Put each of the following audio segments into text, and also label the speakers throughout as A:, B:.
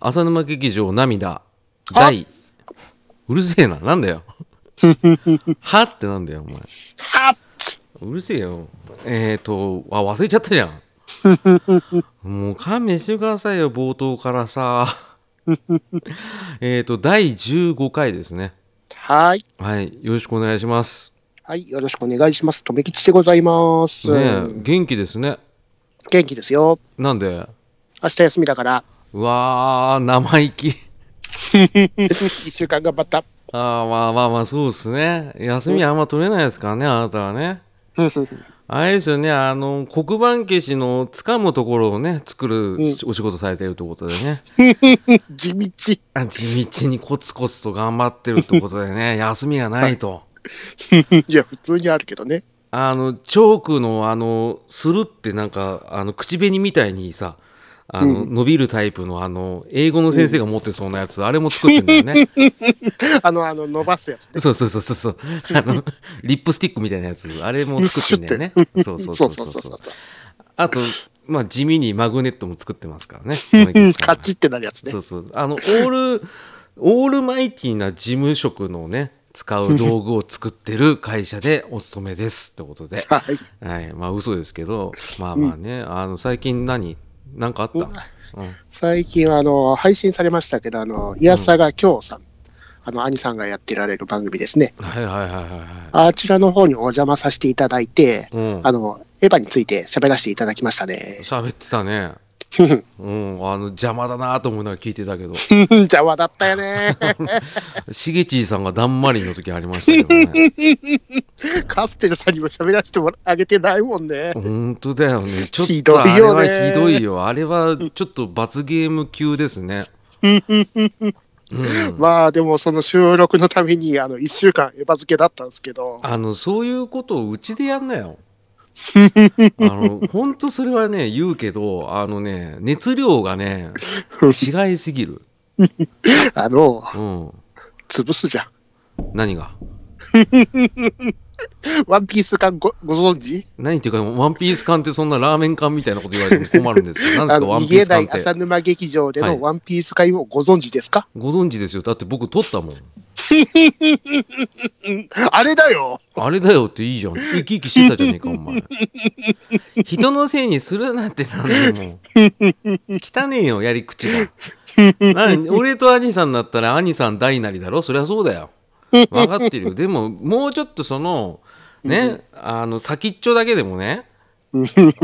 A: 浅沼劇場涙第うるせえななんだよはってなんだよお前
B: はっ
A: うるせえよえっ、ー、とあ忘れちゃったじゃんもう勘弁してくださいよ冒頭からさえっと第15回ですね
B: はい。
A: はいよろしくお願いします
B: はい。よろしくお願いします。とめきちでございます。
A: ねえ元気ですね
B: 元気ですよ。
A: なんで
B: 明日休みだから、
A: うわー生意気
B: 一週間頑張った。
A: ああまあまあまあそうですね休みあんま取れないですからねあなたはねあれですよねあの黒板消しのつかむところをね作るお仕事されてるってことでね、
B: 地道。
A: あ地道にコツコツと頑張ってるってことで ね休みがないと
B: いや、普通にあるけどね。
A: あのチョークのあのするってなんかあの口紅みたいにさあの、伸びるタイプのあの英語の先生が持ってそうなやつ、あれも作ってんだよね
B: あの、あの、伸ばすやつ ね。
A: そうそうそうそうそうあのリップスティックみたいなやつあれも作ってんだよ
B: うっ
A: ね そうそうそうそうそうあとまあ地味にマグネットも作ってますから ね
B: うんカチってなるやつね
A: そ。うそう。あの、オ ール、オールマイティな事務職のね、使う道具を作ってる会社でお勤めですってことで。
B: はい。
A: はい。まあ、嘘ですけど、まあまあね、あの、最近何何かあった、うん、
B: 最近は、あの、配信されましたけど、あの、いやさがきょうさん。あの、兄さんがやってられる番組ですね。
A: はいはいはいはいは
B: あちらの方にお邪魔させていただいて、
A: い。うん
B: あ。の、エヴァについて喋らせていただきましたね。
A: 喋ってたね。うん。あの、邪魔だなと思いながら聞いてたけど、
B: 邪魔だったよね。
A: しげちいさんがだんまりの時ありましたけど ね。
B: カステルさんにも喋らせてもらあげてないもんね。
A: 本当だよね。ちょっ
B: ひ
A: と
B: ど
A: あ
B: い
A: れ
B: よ
A: は
B: ね
A: ひどいよ。あれはちょっと罰ゲーム級ですね。うん、
B: まあでもその収録のためにあの1週間エヴァ漬けだったんですけど、
A: あのそういうことをうちでやんなよ。あの 本当それはね言うけどあのね熱量がね違いすぎる、
B: あの、
A: うん、
B: 潰すじゃん。
A: 何が
B: ワンピース感ごご存知
A: 何っていうかワンピース缶ってそんなラーメン缶みたいなこと言われても困るんですけど何ですか
B: あの
A: ワン
B: 逃
A: ピー
B: げ
A: ス缶
B: な
A: っ
B: い
A: て
B: 浅沼劇場で
A: はい
B: のワンピース会をご存知ですか、
A: ご存知ですよだって僕撮ったもん
B: あれだよ
A: あれだよっていいじゃん生き生きしてたじゃねえかお前人のせいにするなってなんでも汚ねえよやり口がなん俺と兄さんだったら兄さん大なりだろそりゃそうだよ分かってるよでももうちょっとそのねあの先っちょだけでもね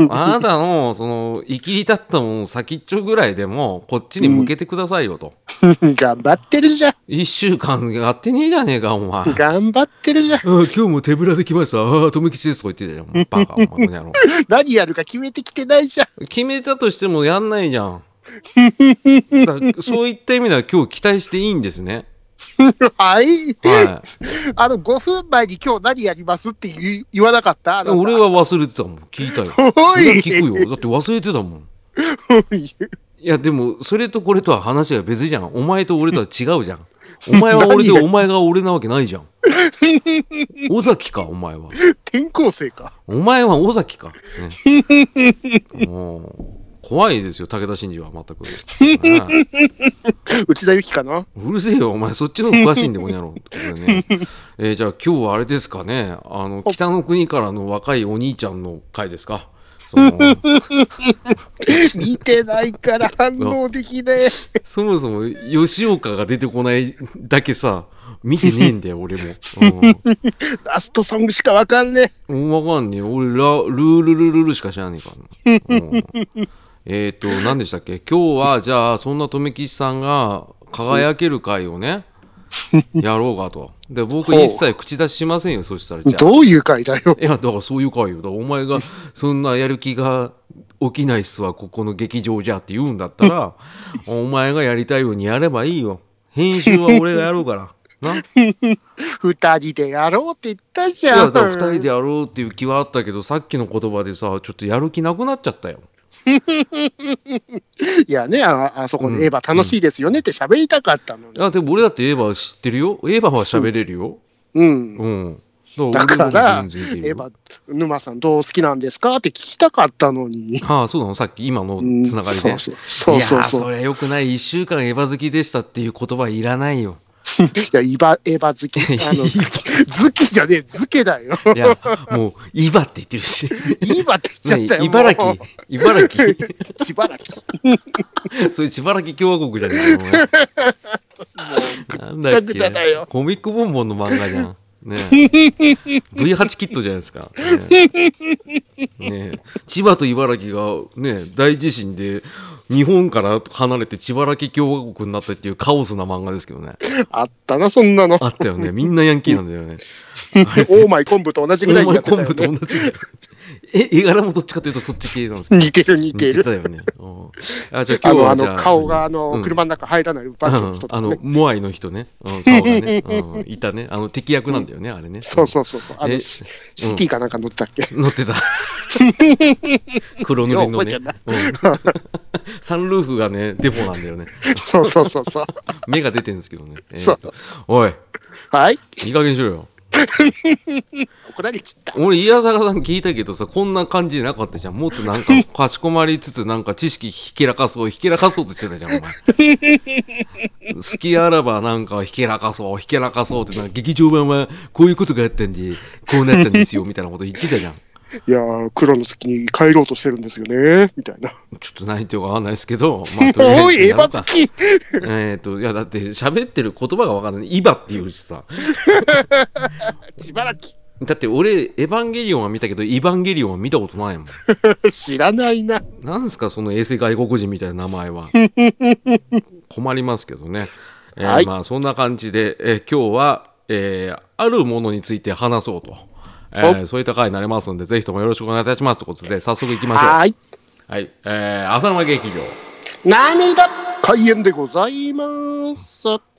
A: あなたのその生きり立ったものを先っちょぐらいでもこっちに向けてくださいよと、
B: 頑張ってるじゃん
A: 一週間やってねえじゃねえかお前
B: 頑張ってるじゃ
A: あ
B: ん
A: 今日も手ぶらで来ました。ああ、富吉ですとか言ってた じゃん。バカ、お前この野郎。
B: 何やるか決めてきてないじゃん
A: 決めたとしてもやんないじゃん。だからそういった意味では今日期待していいんですね。
B: はい
A: は
B: あの5分前に今日何やりますって言い言わなかった あ
A: い。
B: なた
A: 俺 は忘れてたもん。聞いたよ。そ
B: おい
A: れは聞くよ。だって忘れてたもん。いや、でも、それとこれとは話が別じゃん。お前と俺とは違うじゃん。お前は俺で
B: 何が
A: お前が俺なわけないじゃ ん。尾崎か、お前は。
B: 転校生か
A: お前は尾崎か。ね、 もう怖いですよ、武田真治は全く。ね
B: 内田有紀かな
A: うるせえよ、お前、そっちの方が詳しいんで、この野郎。これねえーじゃあ、今日はあれですかね、あの北の国からの若いお兄ちゃんの回ですか。その
B: 見てないから反応できねえ
A: そもそも吉岡が出てこないだけさ、見てねえんだよ、俺も。うん
B: ラストソングしかわかんね
A: うん、わかんねえ。俺、ラ、ルールルルルしか知らねえからな。うんえっと、何でしたっけ今日は、じゃあ、そんな留吉さんが輝ける回をね、やろうかと。で、僕
B: ほう
A: 一切口出ししませんよ、そしたら。
B: え。
A: じゃあ。
B: どういう回だよ。
A: いや、だからそういう回よ。だからお前が、そんなやる気が起きないっすわ、ここの劇場じゃって言うんだったら、お前がやりたいようにやればいいよ。編集は俺がやろうから。な
B: 二人でやろうって言ったじ
A: い
B: ゃん。
A: やだから2人でやろうっていう気はあったけどさっきの言葉でさちょっとやる気なくなっちゃったよ
B: いやね、ああそこでエヴァ楽しいですよねって喋りたかったのね。
A: だって俺だってエヴァ知ってるよエヴァは喋れるよ
B: うん。
A: うん
B: だから
A: 俺も全然いけ
B: え
A: る
B: ば、沼さんどう好きなんですかって聞きたかったのに。
A: ああ、そうなのさっき今のつながり
B: そ
A: で
B: う。そうそうそう
A: やー
B: そ。
A: そうりゃ良くない。一週間エヴァ好きでしたっていう言葉いらないよ。
B: いや、エヴァ、エヴァ好き。 あの、好き好きじゃねえ、好きだよ。
A: いや、もう、イバって言ってるし。
B: 今って 言っちゃったよ。
A: 何茨城
B: もう。
A: 茨城
B: 茨城。
A: そういう千葉県共和国じゃねえかお前。なんだっ
B: ぐだぐだだよ
A: けコミックボンボンの漫画じゃん。ねえ V8 キットじゃないですか。ねえねえ千葉と茨城が、ねえ、大地震で日本から離れて千葉県共和国になったっていうカオスな漫画ですけどね。
B: あったな、そんなの。
A: あったよね。みんなヤンキーなんだよね。あれ
B: オーマイ昆布と同じぐらいに
A: 大
B: なって
A: 前
B: た
A: 昆
B: よ
A: 布と同
B: ね。
A: じぐらい。え、絵柄もどっちかというとそっち系なんですけど。
B: 似てる似てる。
A: たよね。うんあ、じゃあ今
B: あ
A: 日
B: の、
A: は
B: あ
A: じゃ
B: の
A: あ
B: 顔が、あの、
A: うん
B: 車の中入らないバッグの人
A: あ
B: とか
A: の
B: ね。
A: モアイの人ね、うん、顔がね、うん いたねあの敵役なんだよね、あれね
B: そうそうそうそう。あの、
A: え
B: シ
A: うん
B: シティかなんか乗ってたっけ。
A: 乗ってた黒塗りの
B: い
A: ね
B: や覚
A: うんサンルーフがねデフォなんだよね
B: そうそうそうそう。
A: 目が出てるんですけどね、えー
B: そう
A: とおい
B: はい。
A: いい加減にしろよ
B: 怒られちった。
A: 俺宮坂さん聞いたけどさこんな感じじゃなかったじゃんもっとなんかかしこまりつつなんか知識ひけらかそうひけらかそうとしてたじゃんお前好きあらばなんかひけらかそうひけらかそうってなんか劇場版はこういうことがあったんでこうなったんですよみたいなこと言ってたじゃん
B: いやー、黒の月に帰ろうとしてるんですよね。みたいな。
A: ちょっと何言ってるかわかんないですけどまあとりあ
B: お
A: え
B: い、
A: ず
B: エ
A: や
B: ヴ
A: ろう
B: ァ
A: か
B: 好き
A: えっといやだって喋ってる言葉がわかんない「イバ」って言うしさ
B: 茨城。
A: だって俺「エヴァンゲリオン」は見たけど「イヴァンゲリオン」は見たことないもん
B: 知らないな。
A: なんすかその衛星外国人みたいな名前 は困りますけどね、えー
B: はい
A: まあそんな感じで、えー今日は、えーあるものについて話そうと、えーそういった回になりますのでぜひともよろしくお願いいたしますということで早速いきましょう
B: は
A: はい、
B: ーい。
A: えー浅沼劇場
B: 涙開演でございます。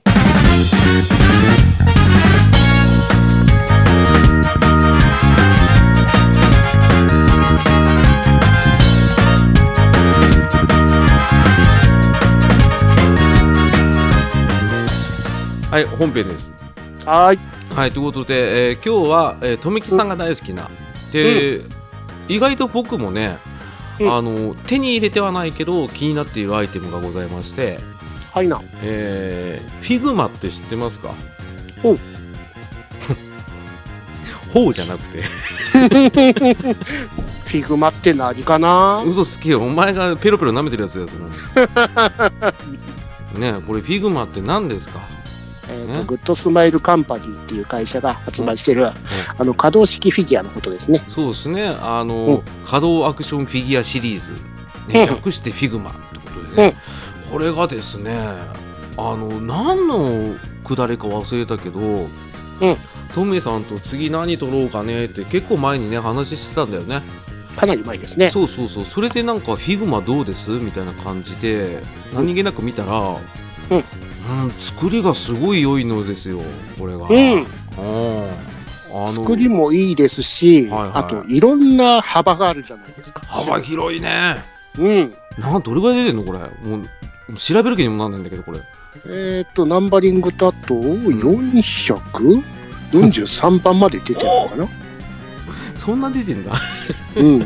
A: はい本編です
B: はーい。
A: はいということで、えー今日は、えー、富木さんが大好きなで、意外と僕もね
B: うん
A: あの手に入れてはないけど気になっているアイテムがございまして、
B: はいな。
A: えー、フィグマって知ってますか
B: ほう
A: ほうじゃなくて
B: フィグマって何かな
A: 嘘つけよお前がペロペロ舐めてるやつだと思うねえこれフィグマって何ですか
B: えーと
A: ん
B: グッドスマイルカンパニーっていう会社が発売してる、あの可動式フィギュアのことですね。
A: そうですねあ
B: うん
A: の稼働アクションフィギュアシリーズ、
B: う
A: ね、
B: ん
A: 略してフィグマってことでね、これがですねあの何のくだりか忘れたけど、トミーさんと次何撮ろうかねって結構前にね話してたんだよね
B: かなり前ですね。
A: そうそうそうそれでなんか「フィグマどうです?」みたいな感じで何気なく見たら、うん作りがすごい良いのですよこれが。
B: うん
A: うんあの
B: 作りもいいですし、
A: はいはい
B: あといろんな幅があるじゃないですか。
A: 幅広いね
B: うん。
A: なんどれぐらい出てんのこれもう調べる気にもなんないんだけどこれ
B: えっ、と、ナンバリングだと443番まで出てるのかな
A: そんな出てんだ
B: うん。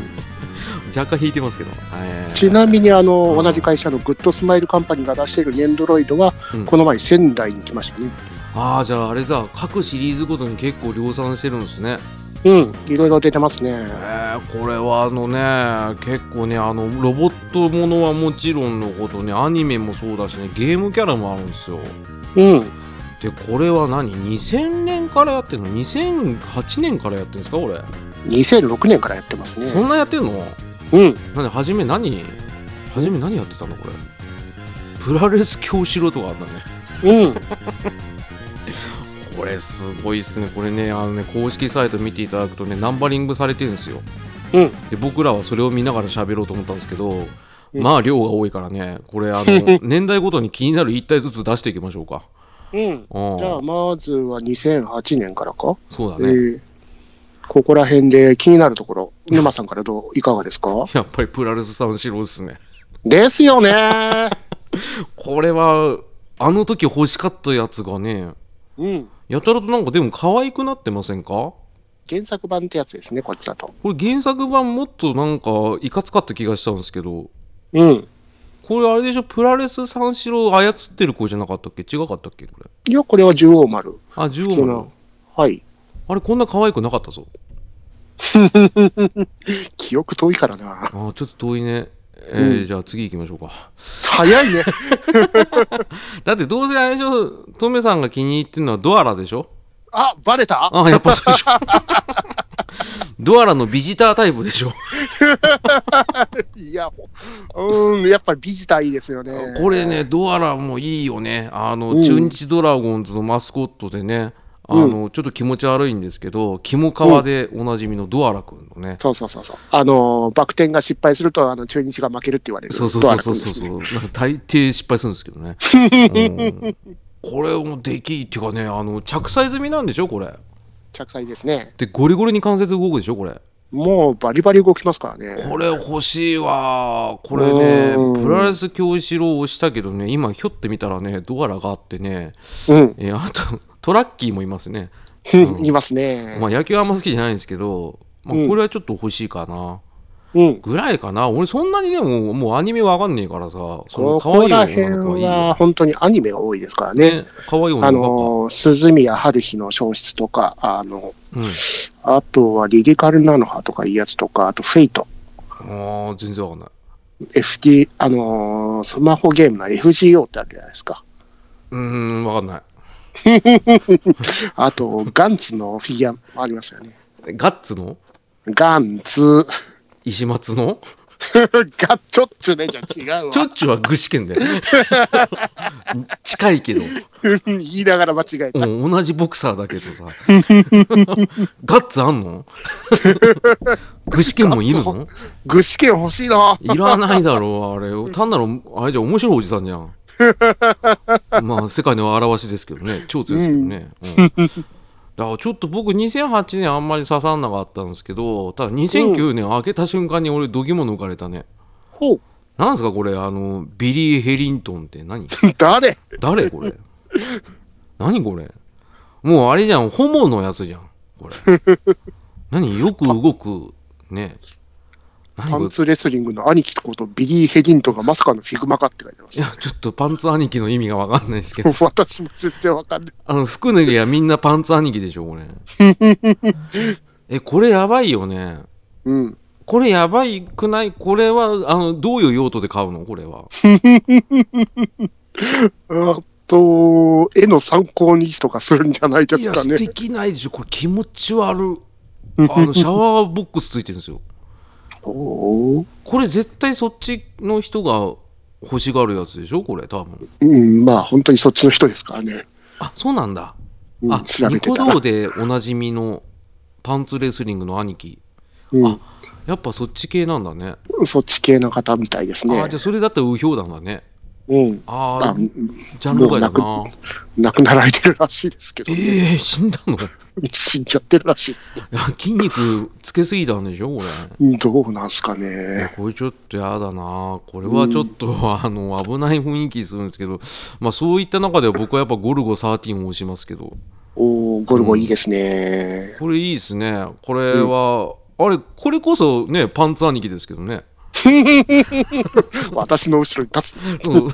A: 若干引いてますけど、はい
B: ちなみに、あの、
A: うん
B: 同じ会社のグッドスマイルカンパニーが出しているネンドロイドは
A: うん、
B: この前仙台に来ましたね。
A: ああじゃああれだ各シリーズごとに結構量産してるんですね
B: うん。いろいろ出てますね。
A: えーこれはあのね結構ねあのロボットものはもちろんのことねアニメもそうだしねゲームキャラもあるんですよ
B: うん。
A: でこれは何2000年からやってんの2008年からやってんですかこれ、
B: 2006年からやってますね。
A: そんなやってんの
B: うん。
A: なんで初め何初め何やってたのこれプラレス教師郎とかあったね
B: うん。
A: これすごいっすねこれねあのね公式サイト見ていただくとねナンバリングされてるんですよ、
B: うん
A: で僕らはそれを見ながら喋ろうと思ったんですけど、
B: うん
A: まあ量が多いからねこれあ の年代ごとに気になる1体ずつ出していきましょうか
B: うん。
A: うん
B: じゃあ、まずは2008年からか。
A: そうだ
B: え
A: ね、
B: ーここら辺で気になるところ、沼さんからどう、いかがで すか
A: やっぱりプラレス三四郎ですね
B: です よね
A: これはあの時欲しかったやつがね
B: うん。
A: やたらとなんかでも可愛くなってませんか
B: 原作版ってやつですね、こっちだと。
A: これ原作版もっとなんかいかつかった気がしたんですけど
B: うん。
A: これあれでしょプラレス三四郎操ってる子じゃなかったっけ違かったっけこれ
B: いや、これは獣王丸。
A: あ十
B: 普通
A: 王
B: の
A: の。
B: はい。
A: あれこんな可愛くなかったぞ
B: 記憶遠いからな。
A: あーちょっと遠いねえー
B: う
A: じゃあ次行きましょうか
B: 早いね。
A: だってどうせあれでしょトメさんが気に入ってるのはドアラでしょ
B: あ、バレた
A: あやっぱそうで しょドアラのビジタータイプでしょ
B: いや、ほうーん、やっぱりビジターいいですよね。
A: これね、ドアラもいいよね、あの、
B: うん
A: 中日ドラゴンズのマスコットでね、あの、ちょっと気持ち悪いんですけど、キモカワでおなじみのドアラ君のね、
B: そうそうそうそう。あのー、バク転が失敗すると、あの、中日が負けるって言われる。
A: そうそうそうそう
B: ドアラ君です
A: そう、
B: ね
A: なんか大抵失敗するんですけどね。うんこれもできっていうかね、あの着彩済みなんでしょ、これ。
B: 着彩ですね。
A: で、ゴリゴリに関節動くでしょ、これ。
B: もうバリバリ動きますからね。
A: これ欲しいわ、これね
B: う、ん
A: プラレス京一郎をしたけどね、今、ひょってみたらね、ドアラがあってね、
B: うん。
A: えーあと、トラッキーもいますね。
B: うんいますね
A: ま。あ野球はあんま好きじゃないんですけど、ま
B: うん
A: あ、これはちょっと欲しいかな、
B: うん。
A: ぐらいかな俺そんなにでももうアニメわかんねえからさそ
B: こ
A: の可
B: こ
A: 愛い
B: ら
A: 女
B: 辺
A: の子はいい
B: は
A: よ
B: 本当にアニメが多いですからね。
A: ね可愛い
B: あ
A: 女の子
B: のー、鈴宮春日の小説とか、あの、
A: ばっか、
B: あとはリリカルなのはとかいうやつとか、あとフェイト。
A: うん、あー全然わかんない
B: FD、あのースマホゲームの FGO ってあるじゃないですか。
A: うーんわかんない
B: あ と、ガンツのフィギュアもありますよね。
A: ガッツの
B: ガンツ、
A: 石松の
B: ガッチョッチュね、じゃあ違うわ。
A: ちょっちゅは具志堅だよ 近いけど、
B: 言いながら間違え
A: う
B: た。
A: ん、同じボクサーだけどさガッツあんの具志堅もいるの
B: 具志堅欲しいな。
A: いらないだろう、あれ。単 なる、あれじゃん面白いおじさんじゃん。まあ、世界の表しですけどね。超強いですけどね。うんだからちょっと僕2008年あんまり刺さんなかったんですけどただ2009年開けた瞬間に俺度肝抜かれたね、
B: ほう、
A: なんですかこれあのビリー・ヘリントンって何
B: 誰
A: 誰これ何これもうあれじゃんホモのやつじゃんこれ何よく動くね何
B: パ
A: これ
B: ンツレスリングの兄貴ことビリー・ヘディントンがまさかのフィグマかって書いてま
A: いや、ちょっとパンツ兄貴の意味がわかんないですけど、
B: す。私も全然わかんない。
A: あの、服脱ぎはみんなパンツ兄貴でしょ、こ れ。え、これやばいよね。
B: うん。
A: これやばいくないこれは、あの、どういう用途で買うのこれは。
B: あと、絵の参考にとかするんじゃないで
A: い
B: す
A: や、
B: か
A: 素
B: ね。
A: 敵ないでしょ。これ気持ち悪い。あの、シャワーボックスついてるんですよ。
B: おー
A: これ絶対そっちの人が欲しがるやつでしょこれ、多分。
B: うん、まあ本当にそっちの人ですからね。
A: あ、そうなんだ。
B: うん
A: あ、
B: 調べ
A: ニ
B: て
A: コ
B: たら
A: 動でおなじみのパンツレスリングの兄貴。
B: うん
A: あ、やっぱそっち系なんだね。
B: そっち系の方みたいです
A: あ
B: ね
A: ーじゃ。あそれだったら右表なんだね。
B: うん。
A: あ
B: あ
A: あ、ジャンル外だ
B: もう
A: な。
B: 亡くなられてるらしいですけど、
A: ええー、死んだのい
B: 死んじゃってるらしいですね。
A: や筋肉つけすぎたんでしょこれ。
B: うんどうなんすか
A: いや
B: ね。
A: これちょっとやだな。これはちょっと、あの危ない雰囲気するんですけど、まあそういった中では僕はやっぱゴルゴ13を押しますけど、
B: おおゴルゴいいで すね。
A: これいいですね。これは、あれ、これこそね、パンツ兄貴ですけど ね。
B: 私の後ろに立つ。
A: うんでも、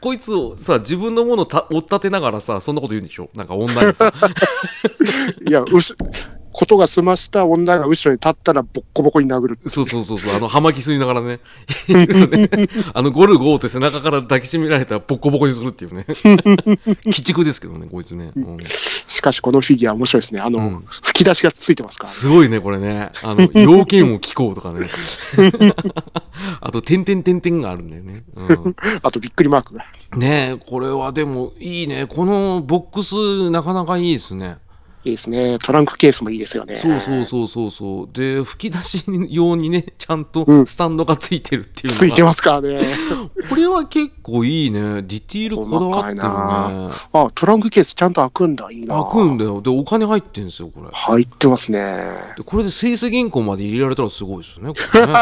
A: こいつをさ、自分のものた追っ立てながらさ、そんなこと言うんでしょなんか女にさ、
B: いや、うし、ことが済ました女が後ろに立ったらボッコボコに殴る。
A: そうそうそうそう、あの、葉巻吸いながらね、いるとね、あの、ゴルゴーって背中から抱きしめられたらボッコボコにするっていうね。鬼畜ですけどね、こいつね。うん
B: しかしこのフィギュア面白いですね。あの、
A: うん
B: 吹き出しがついてますから。
A: すごいね、これね。あの、要件を聞こうとかね。あと、点々点々があるんだよね。う
B: あとびっくりマークが。
A: ん、ねえ、これはでもいいね。このボックス、なかなかいいですね。
B: いいですね。トランクケースもいいですよね。
A: そうそうそうそうそう。で、吹き出し用にね、ちゃんと
B: うん
A: スタンドがついてるっていうのが。
B: ついてますからね。
A: これは結構いいね。ディティール こだわって
B: 細
A: るね。
B: あ、トランクケースちゃんと開くんだ。いいな。
A: 開くんだよ。で、お金入ってんですよ、これ。
B: 入ってますね。
A: で、これでスイス銀行まで入れられたらすごいですよね、これ ね。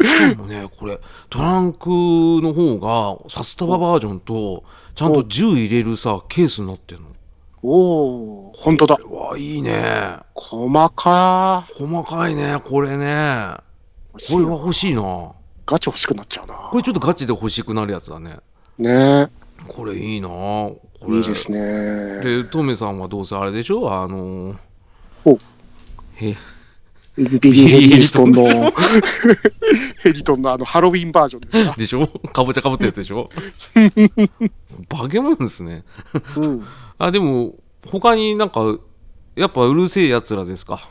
A: しかもね、これ、トランクの方が、サスタババージョンと、ちゃんと銃入れるさ、ケースになってんの。
B: おお、本当だ。
A: うわ、いいね。
B: 細か
A: 細かいね、これね。
B: ー。
A: これは欲しいな。こ
B: ガチ欲しくなっちゃうな。
A: れちょっとガチで欲しくなるやつだね。
B: ね
A: これいいな。これ
B: いいですね。
A: で、トメさんはどうせあれでしょあのー
B: ほう
A: へ
B: ビリー・ヘリストンの、 ヘリトンのあのハロウィンバージョンですか。
A: でしょかぼちゃかぶったやつでし ょ化け物ですね。
B: うん。
A: あ、でも、他になんか、やっぱうるせえやつらですか。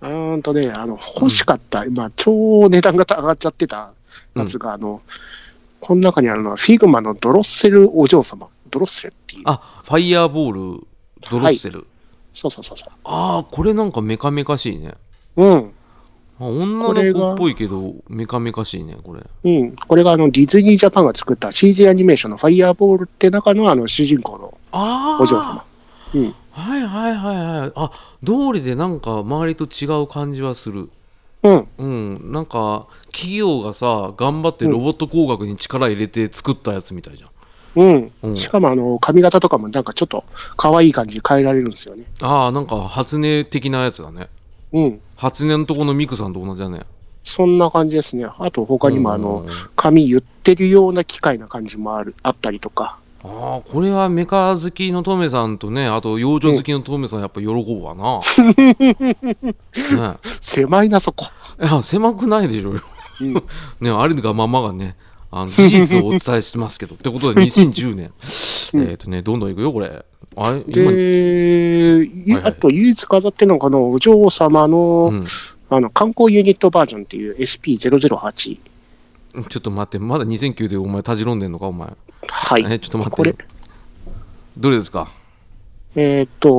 B: うーんとね、あの、欲しかった、今、超値段が上がっちゃってたやつが、あの、この中にあるのは、フィグマのドロッセルお嬢様。ドロッセルっていう。
A: あ、ファイヤーボール、ドロッセル。
B: そうそうそうそ
A: ああ、これなんかメカメカしいね。
B: う。うん。
A: あ女の子っぽいけど、メカメカしいね、これ。
B: うん。これがあの、ディズニージャパンが作った CG アニメーションのファイアーボールって中のあの、主人公の
A: ああ。
B: お嬢様。うん。
A: はいはいはいはい。あ、道理でなんか周りと違う感じはする。
B: うん。
A: うん、なんか企業がさ頑張ってロボット工学に力入れて作ったやつみたいじゃん、
B: うん。
A: うん
B: しかも、あの、髪型とかもなんかちょっと、可愛い感じに変えられるんですよね。
A: ああなんか初音的なやつだね
B: うん。
A: 初音のとこのミクさんと同じだね
B: そんな感じですね。あと、他にもあ
A: う
B: の
A: ん、
B: 髪言ってるような機械な感じもある、あったりとか。
A: ああこれはメカ好きのトメさんとねあと養生好きのトメさんやっぱ喜ぶわ な、ね
B: 狭いな、そこ。
A: いや狭くないでしょうよ
B: うん。
A: ね、あれがままがね、あの事実をお伝えしてますけど、ってことで2010年、えっとね、どんどんいくよ、これ。あれ、今、
B: で、
A: はいはい
B: あと唯一飾ってるのが、あの、お嬢様の、
A: うん、
B: あの、観光ユニットバージョンっていう SP008。
A: ちょっと待って、まだ2009でお前、たじろんでんのか、お前。
B: はい。
A: え、ちょっと待って。
B: これ、
A: どれですか
B: えーっと、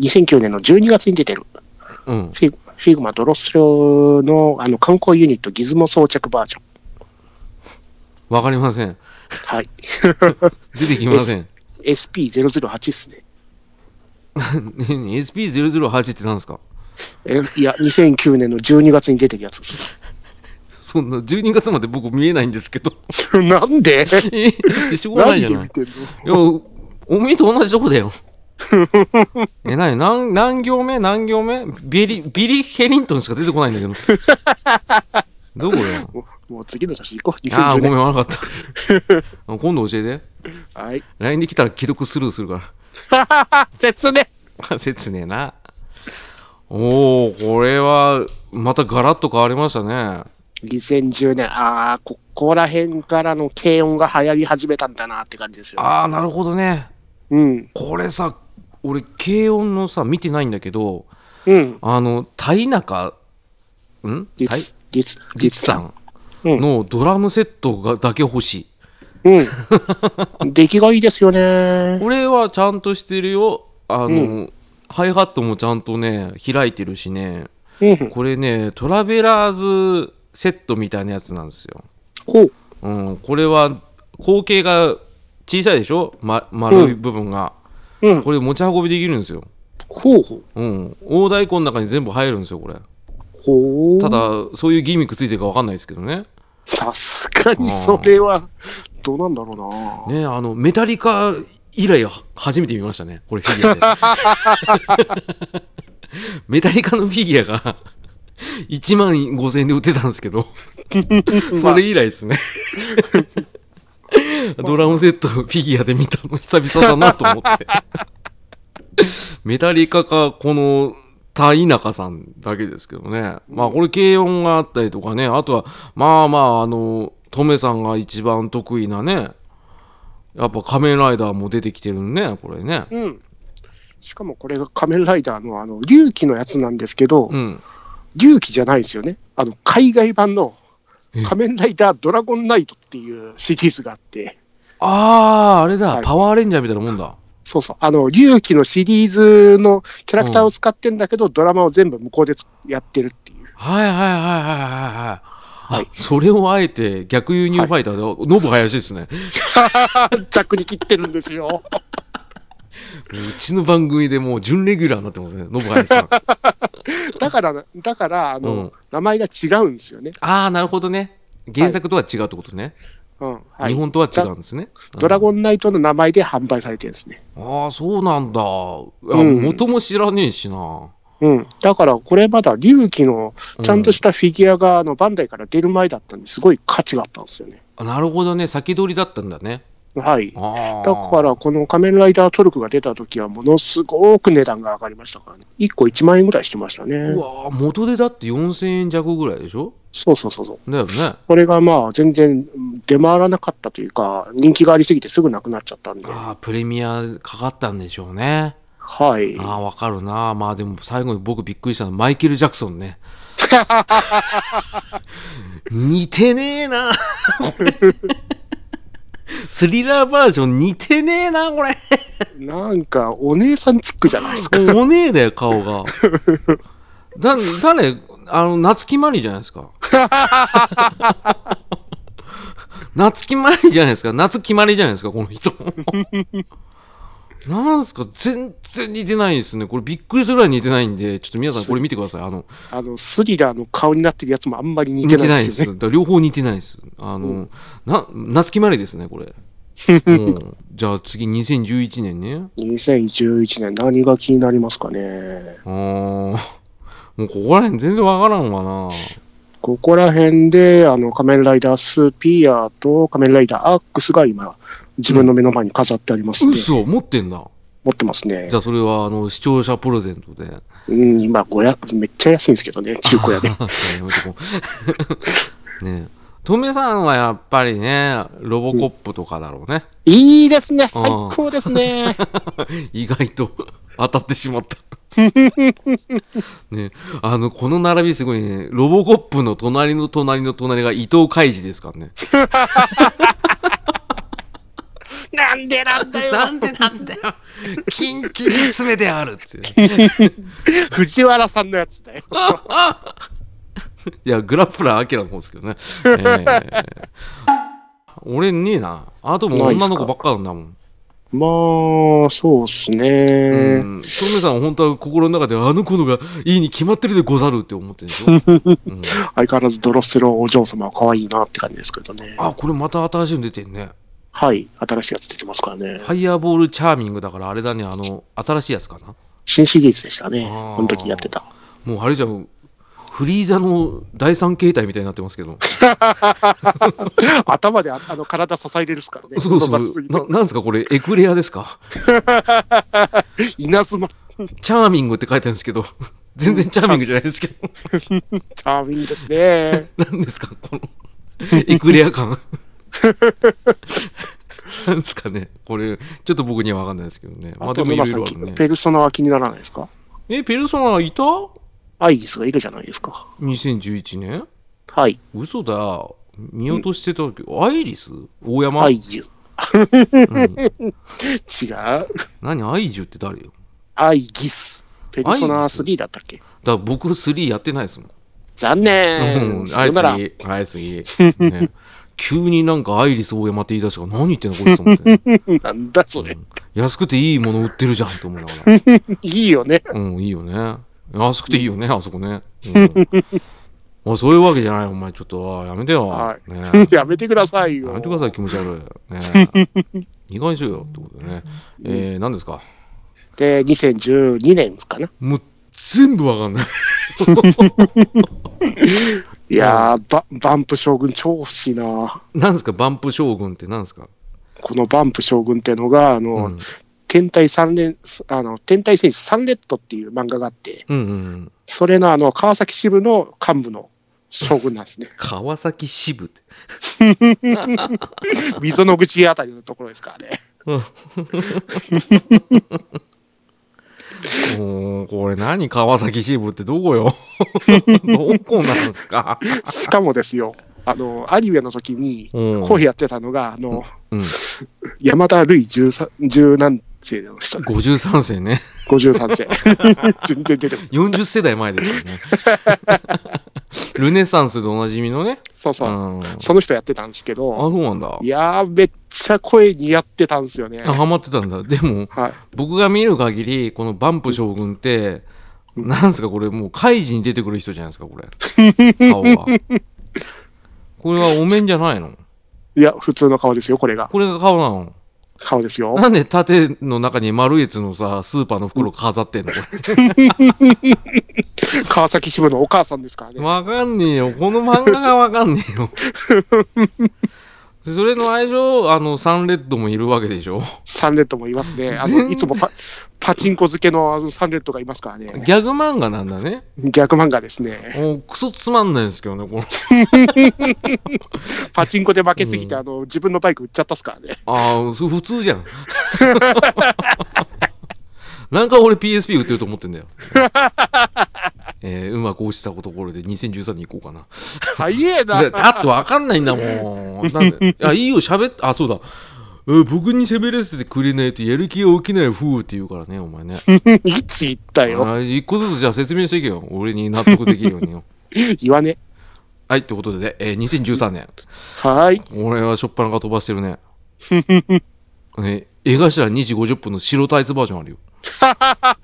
B: 2009年の12月に出てる、
A: うん。
B: フィグフィグマドロッセルのあの観光ユニットギズモ装着バージョン。
A: わかりません。
B: はい。
A: 出てきません。
B: SP008 ですね。
A: SP008 って何ですか
B: えいや、2009年の12月に出てるやつです。
A: そんな、12月まで僕見えないんですけど。
B: なんで
A: えってしょうがな
B: 何
A: いじ
B: で
A: ゃな
B: 見
A: い。
B: てんの
A: いや、おめえと同じとこだよ。 え、なに、何、何行目何行目ビリ、ビリ・ヘリントンしか出てこないんだけど。どこよ。
B: もうもう次の写真行こう。
A: ああ、ご
B: 2010
A: めん、
B: 年。
A: 悪かった。 今度教えて。
B: はい。
A: LINE で来たら既読スルーするか
B: 説明
A: ら。 切ねえな。おお、これは、またガラッと変わりましたね。
B: 2010年、ああ、ここら辺からの軽音が流行り始めたんだなって感じですよ。
A: ああ、なるほどね。
B: うん。
A: これさ、俺、軽音のさ、見てないんだけど、
B: うん。
A: あの、タイナカ、ん
B: リ
A: タイ
B: ツ、リツ、
A: リツさん
B: うん
A: のドラムセットがだけ欲しい。
B: うん。出来がいいですよね。
A: これはちゃんとしてるよ。あの、ハイハットもちゃんとね、開いてるしね。
B: うん。
A: これね、トラベラーズセットみたいなやつなんですよ。
B: こう。
A: うん、これは口径が小さいでしょ、ま、丸い部分が。
B: うん。
A: これ持ち運びできるんですよ。
B: ほうほう。
A: うん、大太鼓の中に全部入るんですよ、これ。
B: ほう。
A: ただ、そういうギミックついてるか分かんないですけどね。
B: さすがにそれは、どうなんだろうな。
A: ねあのメタリカ以来は初めて見ましたねこれフィギュアで メタリカのフィギュアが1万5000円で売ってたんですけどそれ以来ですねドラムセットフィギュアで見たの久々だなと思ってメタリカかこの田舎さんだけですけどねまあこれ軽音があったりとかねあとはまあまああのトメさんが一番得意なねやっぱ仮面ライダーも出てきてるね、これね。
B: うん。しかもこれが仮面ライダーの、あの、隆起のやつなんですけど、
A: うん。
B: 隆起じゃないんですよね。あの、海外版の
A: え、
B: 仮面ライダードラゴンナイトっていうシリーズがあって、
A: ああ、あれだ、
B: はい
A: パワーレンジャーみたいなもんだ。
B: そうそう、あの、隆起のシリーズのキャラクターを使ってんだけど、ドラマを全部向こうでつやってるって いう。
A: はいはいはいはいはいはい。
B: は
A: あ
B: い、
A: それをあえて逆輸入ファイターで、ノブ林ですね。
B: 弱に切ってるんですよ。
A: うちの番組でもう準レギュラーになってますね、ノブ林 さん。あ
B: だから、だから、あの、
A: うん
B: 名前が違うんですよね。
A: あ、なるほどね。原作とは違うってことね。
B: うんはい、
A: 日本とは違うんですね。
B: ドラ
A: ン、
B: ゴンナイトの名前で販売されてるんですね。
A: ああ、そうなんだ。あ
B: うん
A: 元も知らねえしな。
B: うん、だからこれまだ龍騎の
A: う
B: ちゃんとしたフィギュアがあのバンダイから出る前だったんですごい価値があったんですよね。
A: あなるほどね、先取りだったんだね。
B: はい、だ
A: ああ。
B: からこの仮面ライダートルクが出た時はものすごく値段が上がりましたからね。1個1万円ぐらいしてましたね
A: う。わー元でだって4000円弱ぐらいでしょ
B: そうそうそうそう。
A: だよね。
B: これがまあ全然うん出回らなかったというか、人気がありすぎてすぐなくなっちゃったんで、
A: ああ、プレミアかかったんでしょうね。
B: はい。
A: ああ、わかるな。まあでも最後に僕びっくりしたのはマイケル・ジャクソン ね。似てねえ な。スリラーバージョン似てねえな、これ。
B: なんかお姉さんチックじゃない ですか。
A: おねえだよ、顔 が。だ、誰、あの、夏木マリじゃないです か。夏木マリじゃないですか。夏木マリじゃないですか、この人。なんすか、全然似てないですね。これびっくりするぐらい似てないんで、ちょっと皆さんこれ見てください。あの、
B: あのスリラーの顔になってるやつもあんまり似
A: 似
B: て
A: て
B: な
A: ないい
B: で
A: ですす。
B: よね。
A: だから両方似てないです。あの、な、夏木マリですね、 これ。うんじゃあ次、2011年ね。
B: 2011年、何が気になりますかね。
A: あーもうここら辺全然わからんわな。
B: ここら辺で、あの、仮面ライダースピアと仮面ライダーアックスが今、自分の目の前に飾ってありますね。
A: 嘘持ってんだ
B: 持ってますね
A: じ。ゃあそれはあの視聴者プレゼントで
B: うん、今、500、めっちゃ安いんですけどね、中古屋で。
A: あやめとこうねえトメさんはやっぱりねロボコップとかだろうね、
B: いいですね、最高ですね。
A: 意外と当たってしまったねえあのこの並びすごいねロボコップの隣の隣の隣が伊藤海二ですからね
B: なんでなんだ よ。
A: なんでなんだよキンキンに詰めてあるっていうね
B: 藤原さんのやつだよ。
A: いやグラップラーアキラの方ですけどね、ええ俺ねえなあともう女の子ばっかなんだもん
B: まあ、そうっすね。
A: うんトメさんは本当は心の中であの子のがいいに決まってるでござるって思ってるでしょ、うん
B: 相変わらずドロッセロお嬢様は可愛いなって感じですけどね。
A: あこれまた新しいの出てんね
B: はい、新しいやつ出てますからね。
A: ファイヤーボールチャーミングだからあれだねあの新しいやつかな
B: 新シリーズでしたね
A: あー。
B: この時やってた。
A: もうあれじゃんフリーザの第三形態みたいになってますけど
B: 頭でああの体支えれるっすからね。
A: そう そ
B: 伸ばしす
A: う
B: ぎて
A: ななんですかこれエクレアですか
B: 稲妻、チ
A: チャーミングって書いてあるんですけど全然チャーミングじゃないですけど
B: ャーミングですね。
A: 何ですかこのエクレア感なんですかねこれちょっと僕には分かんないですけどねまあ
B: あ
A: で
B: と
A: もいろ
B: 沼
A: い
B: さん
A: ろあるね
B: ペルソナは気にならないですか
A: え、ペルソナいた
B: アイギスがいるじゃないですか。
A: ?2011 年
B: はい、
A: 嘘だ。見落としてたけど、アイリス大山、
B: アイギュ。
A: う ん
B: 違う。
A: 何アイジュって誰よ
B: アイギス。ペルソ
A: ア
B: ナ
A: イギス
B: 3だったっけ
A: だから僕3やってないですもん。
B: 残
A: う
B: 念。
A: ん
B: そ
A: あ
B: れ
A: い
B: なら、
A: 次、あい次。ね急になんかアイリス大山って言い出したから何言ってんのこいつと思って、
B: なんだそれ
A: う。ん安くていいもの売ってるじゃんって思いながら。
B: いいよね。
A: うん、いいよね。安くていいよね、あそこね。うん、おいそういうわけじゃない、お前。ちょっと、あやめてよ。
B: はい
A: ね
B: やめてくださいよ。
A: やめてください、気持ち悪い。ねえ、意外にしようよってことでね。えー、何ですか
B: で、2012年かな。
A: もう全部わかんない。
B: いやー、ババンプ将軍超欲しいな。
A: 何ですか、バンプ将軍って何ですか
B: このバンプ将軍っていうのが、あの、
A: うん
B: 天体三連、あの、天体戦士サンレッドっていう漫画があって、
A: うんうん。。
B: それのあの、川崎支部の幹部の将軍なんですね
A: 川崎支部って。
B: 溝の口あたりのところですからね。
A: もうこれ何川崎支部ってどこよ どこなんですか
B: しかもですよ、あの、アニメの時に、
A: うん
B: 声やってたのが、あの、
A: うん
B: 山田るい十三十何世の人、
A: 53世ね。
B: 53世。 全然出てこない。
A: 40世代前ですよね。 ルネサンスでおなじみのね。
B: そうそうう。
A: ん。あ、
B: その人やってたんですけど、
A: そうなんだ
B: い。やー、めっちゃ声似合ってたんですよね。
A: あハマってたんだ。でも、
B: はい。
A: 僕が見る限り、このバンプ将軍って、なんすかこれもう、カイジに出てくる人じゃないですか、これ。顔は。これはお面じゃないの
B: いや、普通の顔ですよ、これが。
A: これが顔なの
B: 顔ですよ。
A: なんで縦の中に丸いやつのさ、スーパーの袋飾ってんのこ
B: 川崎支部のお母さんですから
A: れ。
B: ね。
A: わかんねえよ。この漫画がわかんねえよ。それの愛情、あの、サンレッドもいるわけでしょ
B: サンレッドもいますね。あ
A: 全然
B: のいつもパパチンコ漬けのあのサンレッドがいますからね。
A: ギャグ漫画なんだね。
B: 逆漫画ですね。
A: もうクソつまんないんですけどね、この。
B: パチンコで負けすぎて、あの自分のバイク売っちゃったっすからね。
A: ああ、それ普通じゃん。なんか俺 PSP 売ってると思ってんだよ。えーうまく落ちたところで2013に行こうかな。
B: 早え
A: だ
B: な。
A: だってわかんないんだもん。なんでいや、いいよ、喋って、あ、そうだ。えー僕に喋らせてくれないとやる気が起きないふうって言うからね、お前ね。
B: いつ言ったよ。
A: あ一個ずつじゃあ説明していけよ。俺に納得できるようによ。
B: 言わね。
A: はい、ということで、えー2013年。
B: はーい。
A: 俺はしょっぱなから飛ばしてるね。え映画ら2時50分の白タイツバージョンあるよ。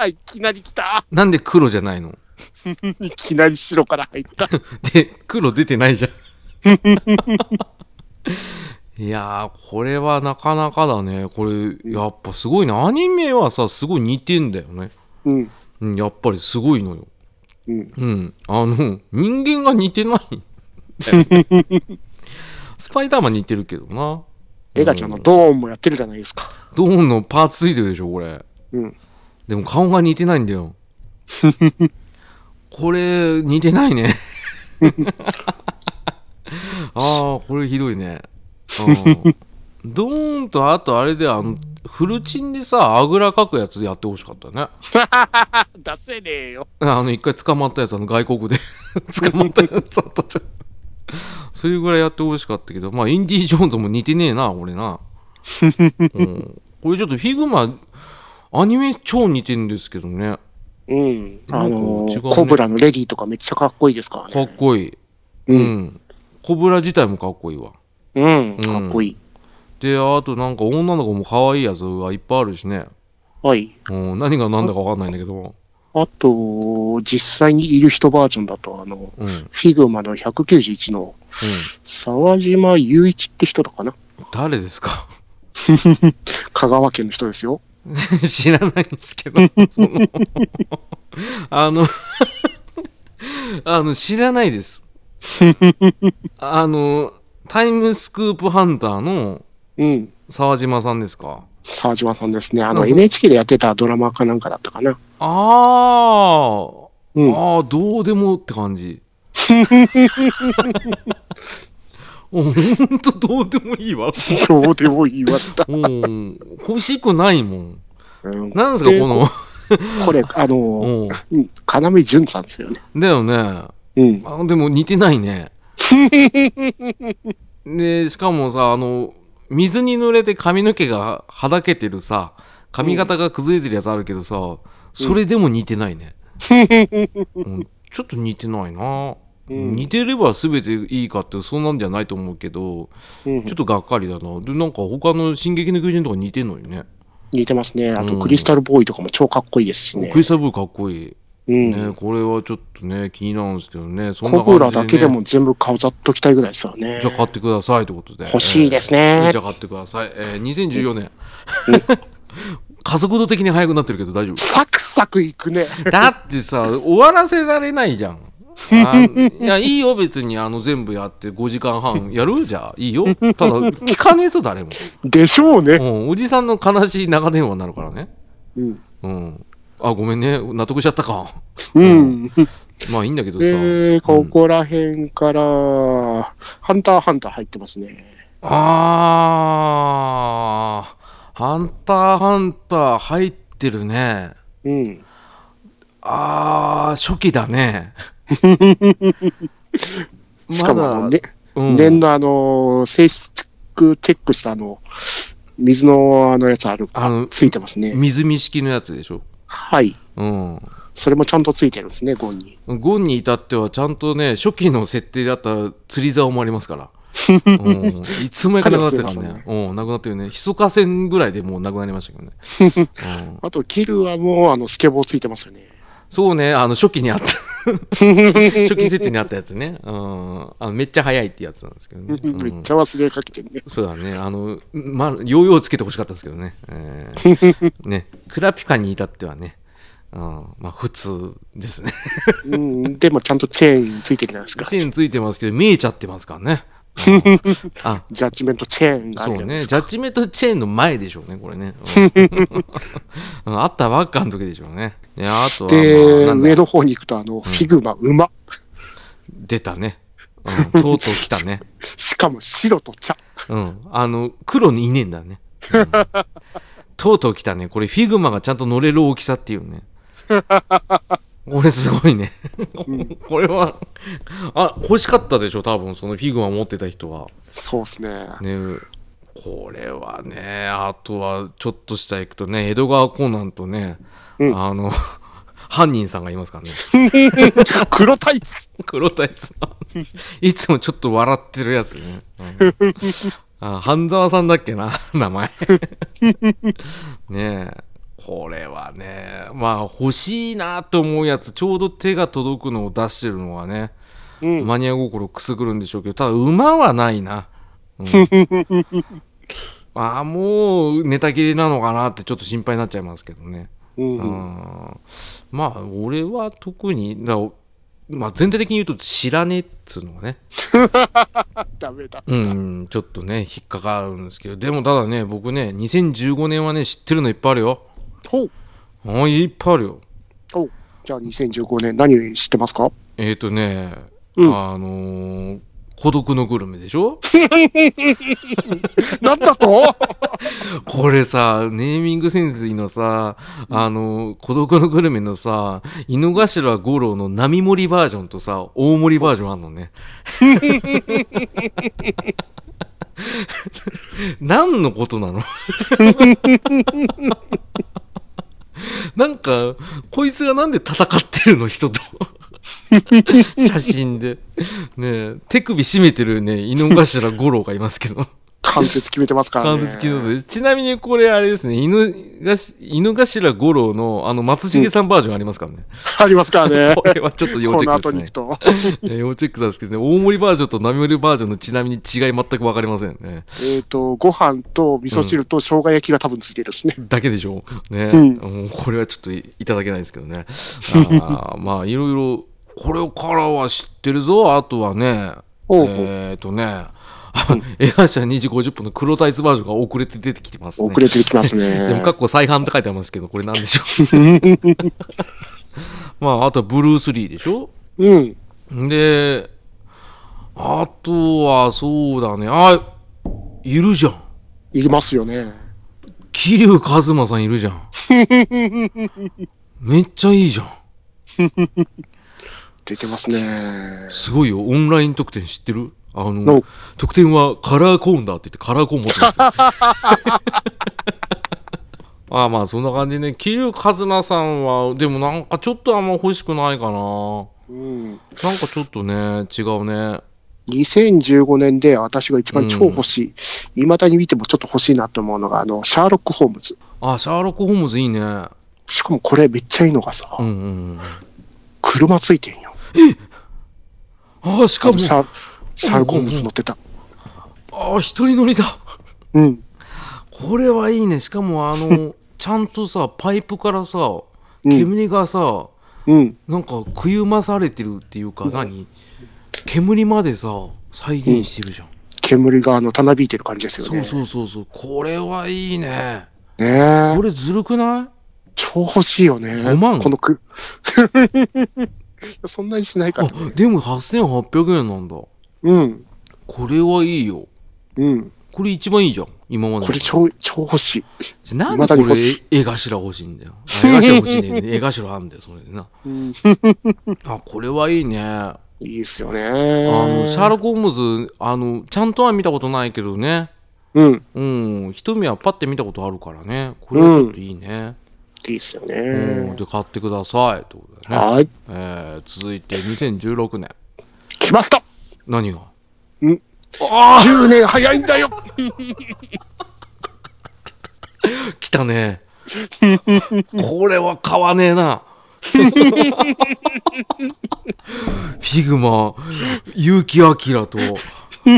B: いきなり来た。
A: なんで黒じゃないの
B: いきなり白から入った。
A: で、黒出てないじゃ ん。いやー、これはなかなかだね。これ、やっぱすごいな。アニメはさ、すごい似てんだよね。
B: うん。
A: うん、やっぱりすごいのよ。
B: うん。
A: うん。あの、人間が似てない。 スパイダーマン似てるけどな。
B: エガちゃんのドーンもやってるじゃないですか。
A: ドーンのパーツついてるでしょ、これ。
B: うん。
A: でも顔が似てないんだよ。これ、似てないね。ああ、これひどいね。うんドーンと、あとあれで、あの、フルチンでさ、あぐらかくやつやってほしかったね。
B: 出せねえよ。
A: あの、一回捕まったやつ、あの、外国で 捕まったやつあったじゃん。それぐらいやってほしかったけど、まあ、インディ・ジョーンズも似てねえな、俺な。うん、これちょっとフィグマ、アニメ超似てんですけどね。
B: うん。あの
A: なんか違うね
B: コブラのレディとかめっちゃかっこいいですから
A: か
B: ね。
A: っこいい。
B: うん
A: うん。コブラ自体もかっこいいわ。
B: うん。かっこいい。
A: で、あとなんか女の子も可愛いやつはいっぱいあるしね。
B: はい。
A: うん、何が何だかわかんないんだけど。
B: あと、実際にいる人バージョンだと、あの、
A: うん。うん。
B: フィグマの191の沢島雄一って人だかな
A: 誰ですか
B: 香川県の人ですよ。
A: 知らないんですけど。 そのあの、 あの、知らない です。あの、タイムスクープハンターの
B: うん。
A: 沢島さんですか
B: 沢島さんですね。あの、
A: うん
B: NHK でやってたドラマかなんかだったかな。
A: ああ、
B: うん。
A: ああ、どうでもって感 じ。ほんとどうでもいいわ。
B: どうでもいいわった。
A: うん。欲しくないもん。
B: うん
A: なんですか、
B: で
A: この。
B: これ、あの、
A: う
B: うん要潤さんですよね。
A: ん。だよね。
B: うん。
A: あでも似てない ね。で、しかもさ、あの、水に濡れて髪の毛がはだけてるさ、髪型が崩れてるやつあるけどさ、それでも似てないね。うん、ちょっと似てないな。
B: うん
A: 似てれば全ていいかってそんなんじゃないと思うけど、
B: うん
A: ちょっとがっかりだな。で、なんか他の進撃の巨人とか似てんのよね。
B: 似てますね。あ
A: う
B: と、
A: ん
B: クリスタルボーイとかも超かっこいいですしね
A: ク。リスタルブーかっこいい。
B: うん。
A: ね、これはちょっとね、気になるんですけどね。そんな
B: コ
A: 感じで、ね。
B: ブラだけでも全部飾っときたいぐらいですよね
A: じゃ。あ買ってくださいということで。
B: 欲しいですね
A: えーじゃあ買ってください。えー、2014年。加速度的に速くなってるけど大丈夫。
B: サクサクいくね。
A: だってさ、終わらせられないじゃん。あいや、いいよ、別にあの全部やって5時間半やるじゃあ、いいよ。ただ、聞かねえぞ、誰も。
B: でしょう
A: う
B: ね。
A: ん、おじさんの悲しい長電話になるからね。
B: うん。
A: うん。あ、ごめんね。納得しちゃったか。
B: うん。
A: まあいいんだけどさ。
B: で、ここら辺から、ハンターハンター入ってますね。
A: あー、ハンターハンター入ってるね。
B: うん。
A: あー、初期だね。
B: しかもあの、ね、
A: うん
B: 念のあの、性質チェックしたあの、水のあのやつある、
A: あの
B: ついてますね。
A: 水見式のやつでしょ。
B: はい。
A: うん。
B: それもちゃんとついてるんですね、ゴンに。
A: ゴンに至ってはちゃんとね、初期の設定だった釣り竿もありますから。うん、いつもやかなくなってた
B: 彼
A: ね
B: は。
A: うん、なくなってるね。ひそかせんぐらいでもうなくなりましたけどね。うん
B: あと、キルはもうあの、スケボーついてますよね。
A: そうね、あの、初期にあ った。初期設定にあったやつね。うん。あのめっちゃ早いってやつなんですけどね。うん
B: めっちゃ忘れかけてるね。
A: そうだね。あの、まあ、ヨーヨーつけてほしかったですけどね。え ーね、クラピカに至ってはね、うん、まあ、普通です ね。
B: うん、でもちゃんとチェーンついてるじゃないですか。
A: チェーンついてますけど、見えちゃってますからね。 あ、
B: ジャッジメントチェーンがある
A: そ
B: じ
A: う
B: ゃない
A: ね。
B: です
A: ジ
B: か。
A: ャッジメントチェーンの前でしょうね、これね。うん うんあったばっかの時でしょうね。ねあとは、
B: で、
A: まあ、なん
B: 上
A: だ
B: の方に行くと、あの、フィグマ、馬。
A: 出たね。うん、とうとう来たね。
B: しかも白と茶。
A: うん。あの、黒にいねえんだね。うんとうとう来たね。これ、フィグマがちゃんと乗れる大きさっていうね。これすごいね。これは、あ、欲しかったでしょ、多分、そのフィグマ持ってた人は。
B: そうですね。
A: ね、これはね、あとはちょっと下行くとね、江戸川コナンとね、あの、犯人さんがいますからね。
B: 黒タイツ。
A: 黒田さん。いつもちょっと笑ってるやつね。うんあ、半沢さんだっけな、名前。ねえ。これはね、まあ欲しいなと思うやつ、ちょうど手が届くのを出してるのはね、
B: うん
A: マニア心くすぐるんでしょうけど、ただ馬はないな。 うんああ、もうネタ切れなのかなってちょっと心配になっちゃいますけどね。
B: うん。
A: うんまあ俺は特にだまあ、全体的に言うと知らねえっつうのがね、
B: ダメだ。
A: うん、ちょっとね引っかかるんですけどでもただね僕ね2015年はね知ってるのいっぱいあるよ
B: ほう。
A: あいっぱいあるよ
B: ほう。じゃあ2015年何知ってますか
A: えっ、ー、とね、あのー孤独のグルメでしょ
B: なんだと
A: これさ、ネーミングセンスいいのさ、あのー、孤独のグルメのさ、井の頭五郎の並盛りバージョンとさ、大盛りバージョンあんのね。 何のことなの なんかこいつがなんで戦ってるの人と 写真でねえ手首絞めてるね井の頭五郎がいますけど
B: 関節決めてますから
A: 関
B: ね。
A: 節機能でちなみにこれあれですね犬が犬頭五郎のあの松重さんバージョンありますから ね、
B: ありますから ね。
A: これはちょっと要
B: こ
A: チェ
B: の
A: ックで
B: 後
A: す
B: に
A: ね
B: 行くと。
A: えー要チェックなんですけどね大盛りバージョンと並盛りバージョンのちなみに違い全く分かりませんね
B: えっと、ご飯と味噌汁と生姜焼きが多分ついてるですね。
A: だけでしょね、
B: うん
A: もうこれはちょっといただけないですけどねあーまあいろいろこれからは知ってるぞあとはね
B: おうおう
A: えっ、とねあ映画社2時50分の黒タイツバージョンが遅れて出てきてますね
B: 遅れてきます ね。
A: でも、かっこ再販って書いてありますけど、これなんでしょう。まあ、あとはブルース・リーでしょ
B: うん。
A: で、あとは、そうだね。あ、いるじゃん。
B: いりますよね。
A: 桐生一馬さんいるじゃん。めっちゃいいじゃん。
B: 出てますね。
A: すごいよ。オンライン特典知ってるあの
B: の、
A: 特典はカラーコーンだって言ってカラーコーン持ってます よ。ああまあそんな感じでね。桐生一馬さんは、でもなんかちょっとあんま欲しくないかな。
B: うん。
A: なんかちょっとね、違うね。
B: 2015年で私が一番超欲しい、いま、だに見てもちょっと欲しいなと思うのが、あの、シャーロック・ホームズ。
A: あ、シャーロック・ホームズいいね。
B: しかもこれめっちゃいいのがさ、
A: うんうんうん。
B: 車ついてんよ。
A: あ、し
B: あ
A: かも
B: の、シャシャーロック・ホームズ乗ってた。
A: あ、一人乗りだ。
B: うん。
A: これはいいね。しかも、あ の、ちゃんとさ、パイプからさ、
B: ん
A: 煙がさ、
B: うん。
A: なんか、くゆまされてるっていうか、何煙までさ、再現してるじゃん。
B: 煙があの、たなびいてる感じですよ
A: そ
B: ね。
A: うそうそうそう。これはいいね。
B: ねえ
A: これずるくない
B: 超欲しいよね。
A: 五万
B: このく。 そんなにしないか
A: あ
B: ら。、
A: でも8800円なんだ。
B: うん。
A: これはいいよ。
B: うん。
A: これ一番いいじゃん。今までの。
B: これ超、超欲しい。
A: なんでこ
B: 未だに欲し
A: れ絵頭欲しいんだよ。あ絵頭欲しいんだよね。 絵頭あんだよ、それでな。
B: うん、
A: あ、これはいいね。あ
B: いいっすよね。
A: の、シャーロック・ホームズ、あの、ちゃんとは見たことないけどね。
B: うん。
A: うん、一目はパッて見たことあるからね。これはちょっといいね。
B: いいっすよね。
A: うん、で、買ってください。ってことだよね。
B: はい。
A: えー、続いて、2016年。
B: 来ました
A: 何が
B: ああ !10 年早いんだよ
A: 来たね。これは買わねえな。フィグマ、結城明と、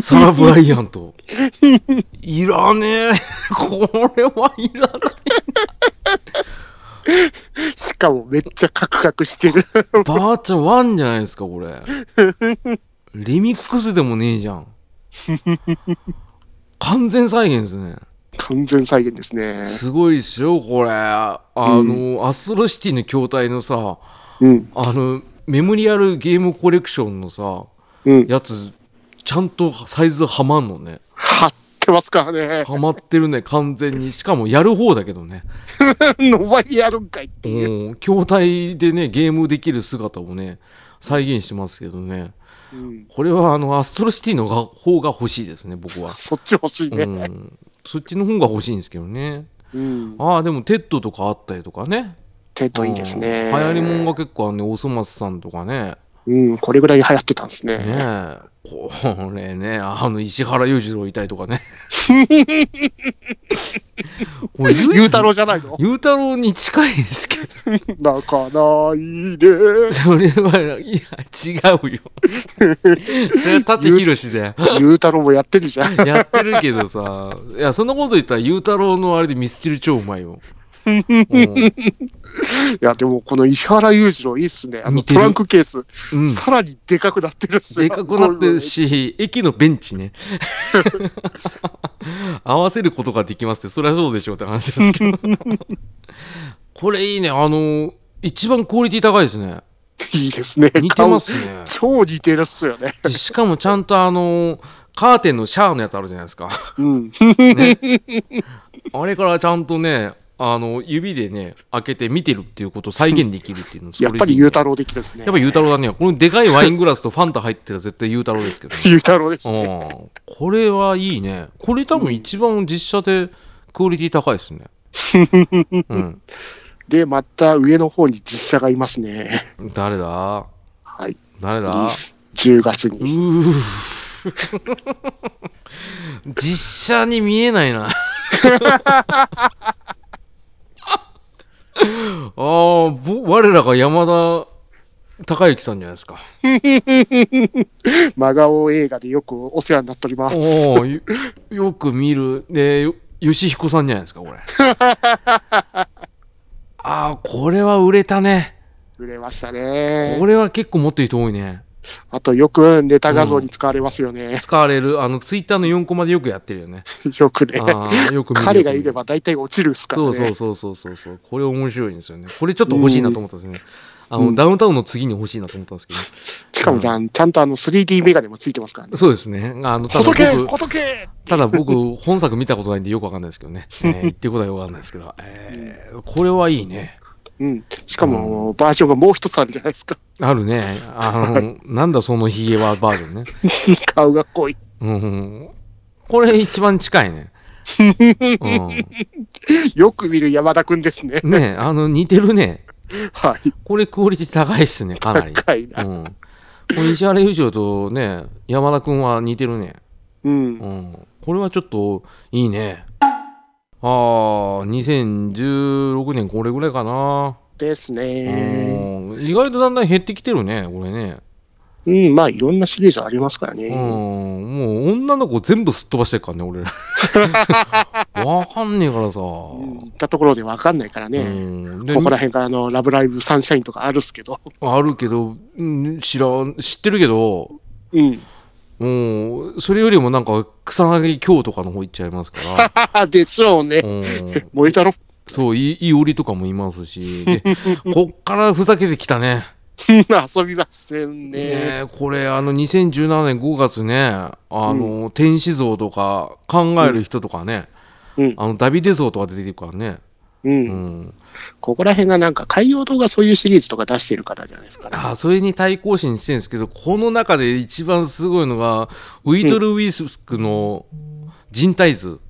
A: サラ・ブライアンと。いらねえ。これはいらない。
B: しかもめっちゃカクカクしてる。
A: ばあちゃんワンじゃないですか、これ。リミックスでもねえじゃん。完全再現ですね。
B: 完全再現ですね。
A: すごいっすよ、これ。あの、アストロシティの筐体のさ、
B: うん。
A: あの、メモリアルゲームコレクションのさ、
B: うん。
A: やつ、ちゃんとサイズはまんのね。
B: 張ってますからね。
A: はまってるね、完全に。しかもやる方だけどね。
B: のばりやるんかいっていう。
A: もう、筐体でね、ゲームできる姿をね、再現してますけどね。
B: うん。
A: これは、あの、アストロシティのが方が欲しいですね、僕は。
B: そっち欲しいうね。
A: ん。そっちの方が欲しいんですけどね。
B: うん。
A: ああ、でも、テッドとかあったりとかね。
B: テッドいいですね。
A: うん流行りもんが結構あるね、おそ松さんとかね。
B: うん、これぐらい流行ってたんですね。
A: ねえ。これね、あの、石原裕次郎いたりとか ね。これ唯一
B: ゆうたろうじゃないの
A: 裕太郎に近いですけど、
B: 泣かな いで。
A: それは、いや、 違うよ。それは舘ひろしだよ。
B: ゆうたろうもやって るじゃん。
A: やってるけどさ、いや、そんなこと言ったら、裕太郎のあれでミスチル超うまい よ。うん
B: いや、でもこの石原裕次郎いいっすね。あの
A: 似て
B: ト
A: る
B: ランクケース、
A: うん。
B: さらにでかくなってるっすよ
A: でかくなってる。し、 駅のベンチ ね。合わせることができますって、そりゃそうでしょうって話です けど。これいいね。あの、一番クオリティ高いですね。
B: いいですね。
A: 似てますね
B: 顔。超似てるっすよね。
A: でしかもちゃんとあの、カーテンのシャアのやつあるじゃないです か。
B: うん。
A: あれからちゃんとね、あの、指でね、開けて見てるっていうことを再現できるっていうの、それ
B: やっぱり
A: いいね
B: ゆうたろうできるっすね
A: やっ。ぱゆうたろうだね。このでかいワイングラスとファンタ入ってたら絶対ゆうたろうですけどね。
B: ゆうたろうですね。
A: うんこれはいいね。これ多分一番実写でクオリティ高いですね。うん。
B: で、また上の方に実写がいますね。
A: 誰だ
B: はい。
A: 誰だ
B: 10月
A: う
B: に。
A: ー実写に見えない な。ああ、ぼ我らが山田孝之さんじゃないですか。
B: 真顔映画でよくお世話になっております。
A: おお、よよく見る。で、よ吉彦さんじゃないですか、こ れ。ああ、これは売れたね。
B: 売れましたね
A: こ。れは結構持ってる人多いね。
B: あとよくネタ画像に使われますよね。
A: 使われる、あの、ツイッターの4コマでよくやってるよね。
B: よくね。
A: ああ、よく見る。
B: 彼がい
A: よく見
B: れ
A: る
B: ば大体落ちるっすから
A: そ
B: ね。
A: うそうそうそうそうそう。これ面白いんですよね。これちょっと欲しいなと思ったんですね。あの、ダウンタウンの次に欲しいなと思ったんですけど。
B: しかもちゃん、ちゃんとあの 3D メガネもついてますからね。
A: そうですね。あの、ただ
B: ほどけ
A: 僕
B: ほ、どけ
A: ただ僕、本作見たことないんでよくわかんないですけど ね。えー言ってることはよくわかんないですけど。えーこれはいいね。
B: うん。しかも、バージョンがもう一つあるじゃないですか。
A: あるね。あの、なんだそのヒゲはバージョンね。
B: 顔が濃い。
A: うんうん。これ一番近い ね。う
B: よく見る山田くんですね。
A: ん、ねえあの、似てるね。
B: はい。
A: これクオリティ高いっすね、かなり。
B: 高いな。
A: うん。これ石原裕次郎とね、山田くんは似てるね。
B: うん。
A: うん。これはちょっと、いいね。ああ、2016年これぐらいかな。
B: ですね。
A: うん。意外とだんだん減ってきてるね、これね。
B: うん、まあいろんなシリーズありますから
A: うん
B: ね。、
A: もう女の子全部すっ飛ばしてるからね、俺 ら。わかんねえからさ。
B: うん行ったところでわかんないから
A: う
B: ね。
A: ん。で
B: ここら辺からあの、ラブライブサンシャインとかあるっすけど。
A: あるけど、うん知らん、知ってるけど、
B: うん。
A: もう、それよりもなんか、草薙京とかの方行っちゃいます か
B: でしょうね
A: ら。。うん。
B: 燃えたろ。
A: そう、いいおりとかもいますし、 でこっからふざけてきたね。
B: 遊びません
A: ね
B: ね。
A: えこれ、あの、2017年5月ね、あの、天使像とか、考える人とかね、
B: うん。
A: あの、ダビデ像とか出てくるからね。
B: う。
A: うんん。
B: ここら辺がなんか、海洋堂がそういうシリーズとか出してるからじゃないですかね。
A: あーそれに対抗心してるんですけど、この中で一番すごいのが、ウィトル・ウィスクの人体図。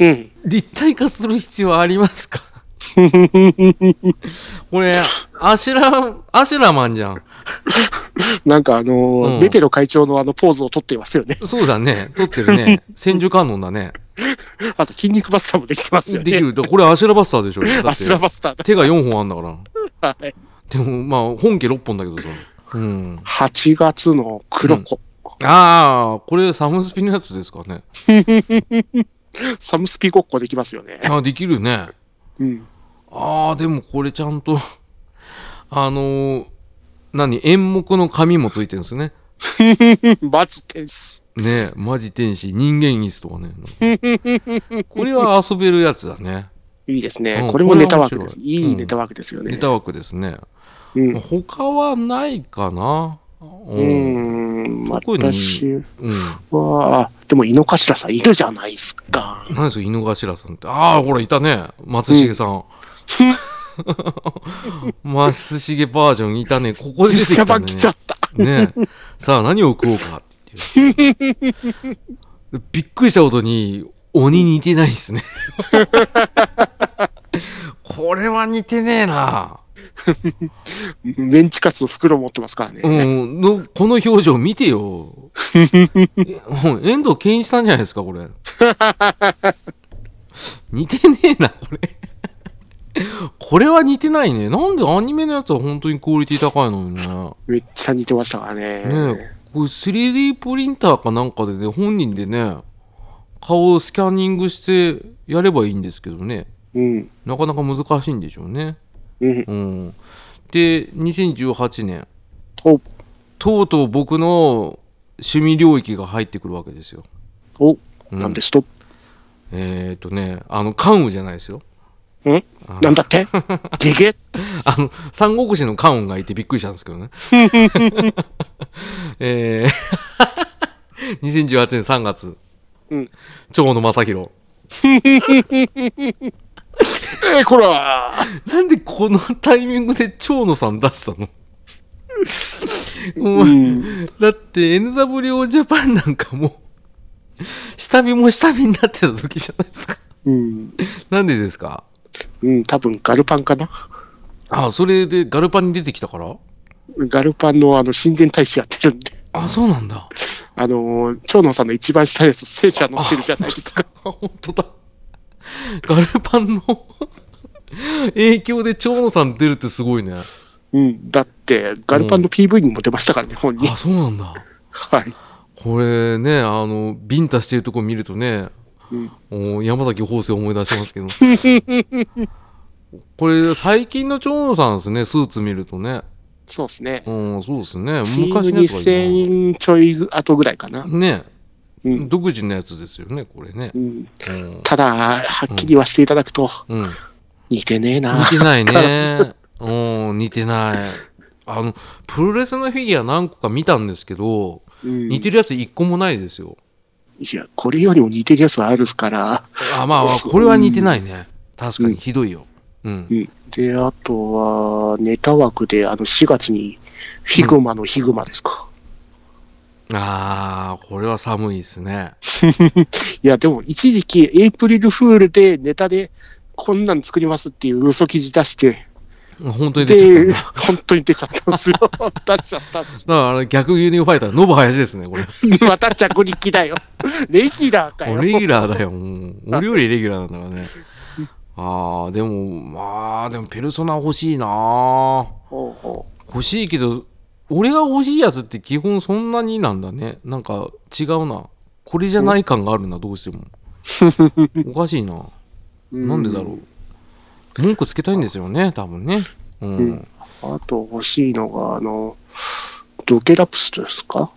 B: うん。
A: 立体化する必要ありますか これ、アシュラ、アシュラマンじゃん。
B: なんかあのー
A: うん
B: ベテロ会長のあのポーズを取ってますよね。
A: そうだね。撮ってるね。千手観音だね。
B: あと、筋肉バスターもできてますよ
A: でき
B: ね。
A: る。だこれアシュラバスターでしょ。だって
B: アシュラバスター
A: 手が4本あんだから。
B: だ。はい。
A: でも、まあ、本家6本だけどさ。うん。
B: 8月の黒子。
A: ああ、これサムスピのやつですかね。
B: サムスピごっこできますよね。
A: あできるね。
B: うん。
A: ああ、でもこれちゃんと、あのー何、演目の紙もついてるんですね。
B: マジ天使。
A: ねえ、マジ天使、人間椅子とかね。なんかこれは遊べるやつだね。
B: いいですね。
A: うん
B: これもネタ枠です。
A: これ面白い
B: いいネタ枠ですよね。
A: ネタ枠ですね。
B: うん。う
A: 他はないかな。う
B: ー
A: ん。
B: ん。
A: 特に
B: 私
A: うん。
B: は、あでも井の頭さんいるじゃないですか。
A: 何ですか、井の頭さんって。ああ、ほら、いたね。松重さん。 松重バージョンいたね。ここで出て
B: 実
A: き
B: 写
A: た
B: 版
A: ね
B: 来。ちゃった。
A: ねえ。さあ、何を食おうかっていう。びっくりしたことに、鬼似てないですね。これは似てねえな。
B: メンチカツの袋持ってますからね。
A: うん、のこの表情見てよ。えうん遠藤健一さんじゃないですか、これ。似てねえな、これ。これは似てないね。なんでアニメのやつは本当にクオリティ高いのにね。
B: めっちゃ似てましたからね。
A: ねえ、これ 3D プリンターかなんかでね、本人でね、顔をスキャニングしてやればいいんですけどね、
B: うん。
A: なかなか難しいんでしょうね。
B: うん。
A: うん。で、2018年、
B: お、
A: とうとう僕の趣味領域が入ってくるわけですよ。
B: お、
A: うん
B: なんですと。
A: えーっ、とね、あの、関羽じゃないですよ。
B: ん
A: あ
B: なん だってゲゲ
A: あの、三国志の関羽がいてびっくりしたんですけどね。 えー、2018年3月、
B: うん。
A: 長野正弘。
B: えー、こら
A: なんでこのタイミングで蝶野さん出したのもう
B: う。
A: んだって NWO ジャパンなんかもう下火も下火になってた時じゃないですか。
B: うん。
A: なんでですか
B: うん、多分ガルパンかな。
A: あ、それでガルパンに出てきたから
B: ガルパンのあの、親善大使やってるんで。
A: あ、そうなんだ。
B: あのー、蝶野さんの一番下のやつ、ステージャー乗ってるじゃないですか。
A: あ、本当だ。ガルパンの 影響で蝶野さん出るってすごいね。
B: うん。だって、ガルパンの PV にも出ましたからね、本に
A: あ、。そうなんだ。
B: はい。
A: これね、あの、ビンタしてるとこ見るとね、
B: うん
A: お山崎邦生を思い出し ますけど。これ、最近の蝶野さんですね、スーツ見るとね。
B: そうですね。
A: うん、そうですね。
B: チーム
A: 昔のやつがいい
B: 2000ちょい後ぐらいかな。
A: な。ね、
B: うん。
A: 独自のやつですよね、これね
B: う。ん、
A: うん。
B: ただ、はっきりはしていただくと、
A: うん、似
B: 似てねえな。
A: てないね。うん、似てない。あの、プロレスのフィギュア何個か見たんですけど、
B: うん、
A: 似てるやつ一個もないですよ。
B: いや、これよりも似てるやつはあるっすから。
A: あ、まあ、
B: そう
A: これは似てないね。確か
B: う
A: に、
B: ん
A: ひどいよ。うん
B: う。ん。で、あとは、ネタ枠で、あの、4月に、フィグマのヒグマです か。
A: ああ、これは寒いですね。
B: いや、でも一時期、エイプリルフールでネタで、こんなん作りますっていう嘘記事出して、
A: 本当に出ちゃったん
B: で、
A: だ。
B: 本当に出ちゃったん ですよ。出しちゃったんです。
A: だからあの逆輸入ファイター、ノブ林ですね、 これ。
B: また着陸だよ。レギュラーか
A: レ
B: よ。
A: ギュラーだよ、もう。俺よりレギュラーなんだ からね。ああ、でも、まあ、でも、ペルソナ欲しいな
B: ほうほ
A: 欲しいけど、俺が欲しいやつって基本そんなになんだね。なんか、違うな。これじゃない感があるな、どう しても。おかしいな。
B: う
A: なんでだろう。文句つけたいんですよね、多分ね。う
B: うんんあと欲しいのが、あの、ドケラプスですか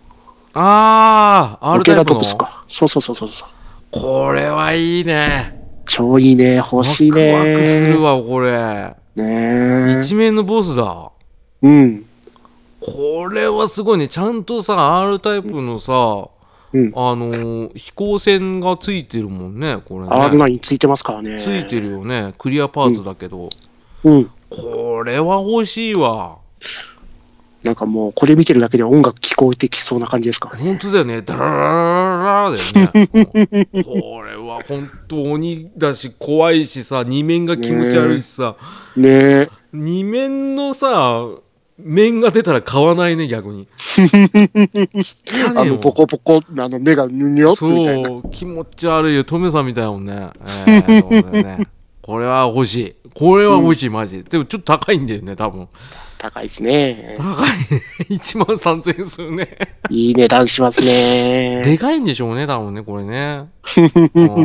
A: ああ、
B: ド
A: R
B: ケ
A: タ
B: ラ
A: イプ
B: ト
A: の
B: プ。スか。そうそうそうそうそう。
A: これはいいね。
B: 超いいね。欲しいね。
A: ワクワクするわ、これ。
B: ねえ
A: 一面のボスだ。
B: うん。
A: これはすごいね。ちゃんとさ、R タイプのさ、
B: うん。
A: あのー飛行船がついてるもんね、これね。
B: R9 ついてますからね。
A: ついてるよね。クリアパーツだけど。
B: うん。
A: これは欲しいわ。
B: なんかもう、これ見てるだけで音楽聞こえてきそうな感じですからね。
A: 本当だよね。ダラララララ だよね。これは本当鬼だし、怖いしさ、二面が気持ち悪いしさ、
B: ねえ。
A: 二面のさ、面が出たら買わないね、逆に。汚ねえ
B: あ
A: よ
B: の、ボコボコ、あの、目がぬにょっとみたいな。
A: そう、気持ち悪いよ。トメさんみたいだもんね。えーということでねこれは欲しい。これは欲しい、マジで。でもちょっと高いんだよね、多分。
B: 高いですね。
A: 高いね。1万3000円するね。
B: いい値段しますね。
A: でかいんでしょうね、多分ね、これ ね。うん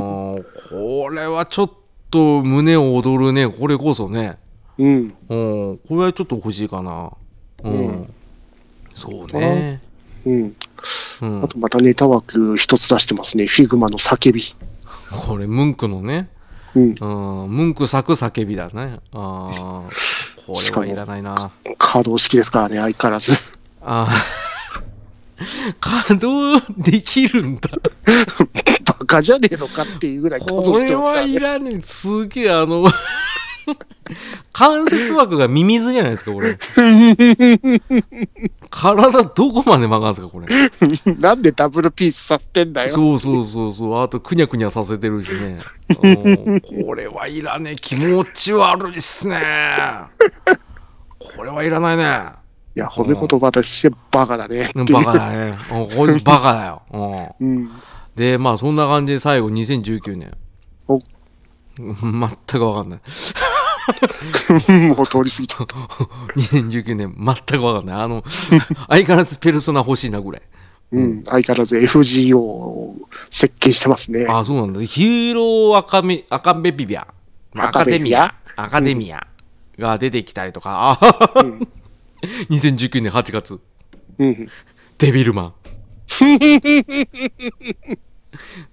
A: これはちょっと胸を躍るね、これこそね。
B: うん。
A: うん、これはちょっと欲しいかな。うん。
B: うん
A: そうね。
B: うん。
A: うん
B: あ、とまたネタ枠一つ出してますね。フィグマの叫び。
A: これ、ムンクのね、
B: うん。
A: うん、ムンク作叫びだね。ああ、こ
B: し
A: れ
B: か
A: は
B: も
A: いらないな。
B: 可動式ですからね、相変わらず。
A: あー稼働できるんだ。
B: バカじゃねえのかっていうぐらい可動
A: こ
B: して
A: れ
B: ます
A: は
B: から
A: い
B: ね。
A: らねえ。すげえ、あの、関節枠がミミズじゃないですか、こ れ。体どこまで曲がるんですか、これ。
B: なんでダブルピースさせてんだよ。
A: そうそうそうそう。あと、くにゃくにゃさせてるし ね。うんこれはいらねえ。気持ち悪いっすね。これはいらないね。
B: いや、褒め言葉としてバカだねっていう。
A: バカだね。うんこいつバカだよ。うん
B: うん。
A: で、まあそんな感じで最後2019年。
B: お
A: 全くわかんない。
B: もう通り過ぎちゃった。
A: 2019年全くわかんない。あの、相変わらずペルソナ欲しいなぐらい。
B: うん。相変わらず FGO を設計してますね。
A: あ、そうなんだ。ヒーローアカメ、アカベビビア。ア
B: ア
A: カ
B: カ
A: デ
B: デ
A: ミ
B: ミ
A: ア
B: ア。
A: アカデミアが出てきたりとか。あ、2019年8月。
B: うん。
A: デビル マン。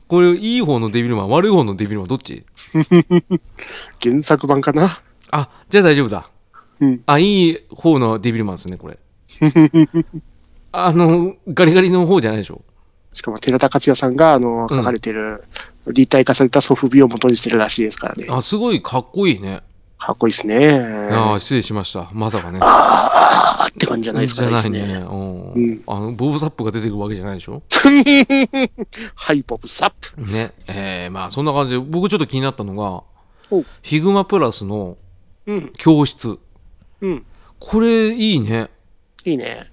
A: これ、いい方のデビルマン、悪い方のデビルマン、どっち
B: 原作版かな。
A: あ、じゃあ大丈夫だ。
B: うん。
A: あ、いい方のデビルマンですね、これ。あの、ガリガリの方じゃないでしょ。
B: しかも寺田克也さんが、あの、書かれてる、立体化されたソフビを元にしてるらしいですからね。
A: あ、すごいかっこいいね。
B: かっこいいですね。
A: あー失礼しました。まさかね。
B: あーって感じじゃないですか
A: じゃない
B: いいっ
A: ね。
B: す
A: うん
B: うん
A: あの、ボブサップが出てくるわけじゃないでしょ。
B: はい、ボブサップ。
A: ね。えー、まあ、そんな感じで、僕ちょっと気になったのが
B: お、
A: ヒグマプラスの
B: うん、
A: 教室。
B: うん。
A: これ、いいね。
B: いいね。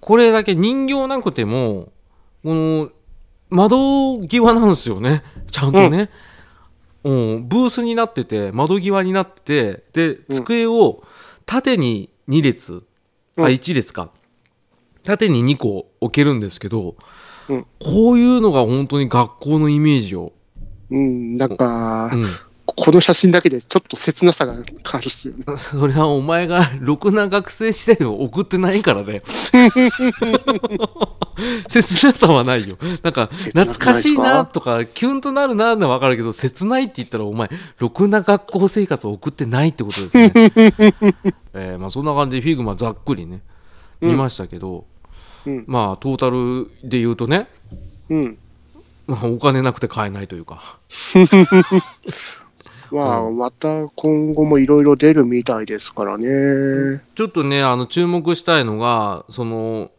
A: これだけ人形なくても、この、窓際なんですよね。ちゃんとね。うん、ブースになってて、窓際になってて、で、
B: うん
A: 机を縦に2列、
B: う
A: あ、
B: ん
A: 1列か。縦に2個置けるんですけど、
B: うん
A: こういうのが本当に学校のイメージを。
B: うん、なんか
A: う、ん。
B: この写真だけでちょっと切なさが変わるっすよね。
A: それはお前がろくな学生時代を送ってないからね。 切なさはないよ。なんか
B: 切なくな
A: 懐
B: いですか
A: かしいなとかキュンとなるなのはわかるけど切ないって言ったらお前ろくな学校生活を送ってないってことですね。 えーまあ、そんな感じでフィグマざっくりね見ましたけど、
B: うん
A: まあトータルで言うとね、
B: うん。
A: まあ、お金なくて買えないというか。
B: まあ、また今後もいろいろ出るみたいですからね。
A: ちょっとね、あの、注目したいのが、その、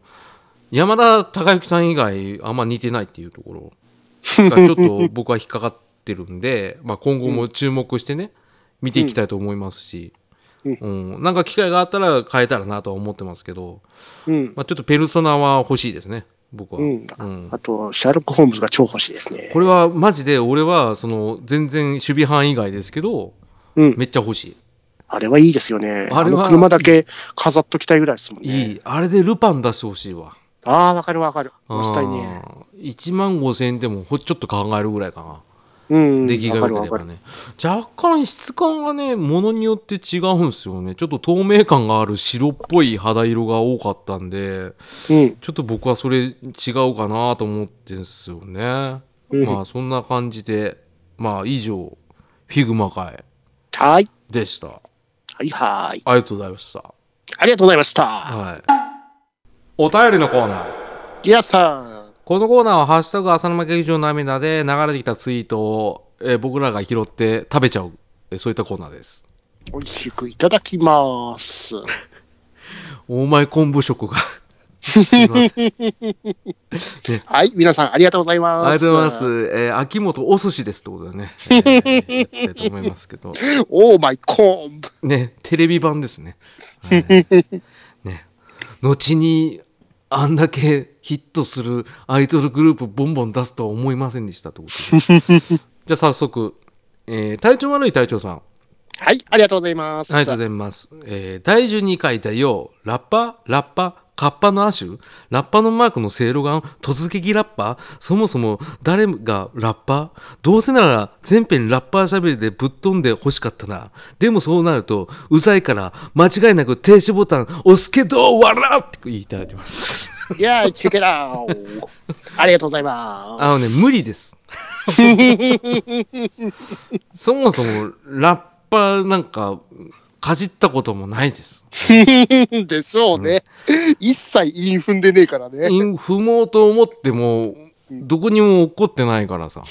A: 山田孝之さん以外、あんま似てないっていうところが、ちょっと僕は引っかかってるんで、 まあ今後も注目してね、見ていきたいと思いますし、
B: うん
A: うん、なんか機会があったら変えたらなとは思ってますけど、
B: うん。
A: まあちょっとペルソナは欲しいですね、僕は。
B: うん
A: うん
B: あと、シャーロック・ホームズが超欲しいですね
A: こ。れはマジで俺は、その、全然守備範囲外ですけど、
B: うん。
A: めっちゃ欲しい。
B: あれはいいですよね。
A: あ
B: あ
A: れは
B: の車だけ飾っときたいぐらいですもんね。
A: いい。あれでルパン出してほしいわ。
B: ああ、わかるわかる。もしたいね。
A: 1万5000円でもほちょっと考えるぐらいかな、
B: うん。
A: 出来が
B: わかる
A: 良け
B: わ
A: れ
B: か
A: ば
B: る。
A: ね若干質感がねものによって違うんですよねちょっと透明感がある白っぽい肌色が多かったんで
B: うん。
A: ちょっと僕はそれ違うかなと思ってんですよね、
B: うん
A: まあそんな感じでまあ以上フィグマ会
B: はい。
A: でした
B: はいはい。
A: ありがとうございました
B: ありがとうございました。
A: はいお便りのコーナー
B: ギアさ
A: このコーナーは「ハッシュタグ浅沼劇場の涙」で流れてきたツイートを、えー僕らが拾って食べちゃう、えーそういったコーナーです
B: ん、美味しくいただきます。
A: お前昆布食がすいません
B: はい、皆さんありがとうございます。
A: ありがとうございます、えー秋元お寿司ですってことだね、えーやりたいと思いますけど
B: オーマイコーン
A: ねテレビ版ですね,、はい、ね後にあんだけヒットするアイドルグループボンボン出すとは思いませんでしたってことでじゃあ早速、えー体調悪い隊長さん
B: はい、ありがとうございます。
A: ありがとうございます。えー、第12回だよ、ラッパ、ラッパ、カッパの亜種、ラッパのマークのせいろがん、突撃ラッパ、そもそも誰がラッパどうせなら全編ラッパーしゃべりでぶっ飛んで欲しかったな。でもそうなると、うざいから間違いなく停止ボタン押すけど、わらって言いただきます。
B: いやー、チェケラー。ありがとうございま
A: あのね、無理です。そもそもラッパなんかかじったこともないです。
B: す。でしょうね。一切韻踏んでねえからね。
A: 陰 不毛と思っても、どこにも怒ってないから さ。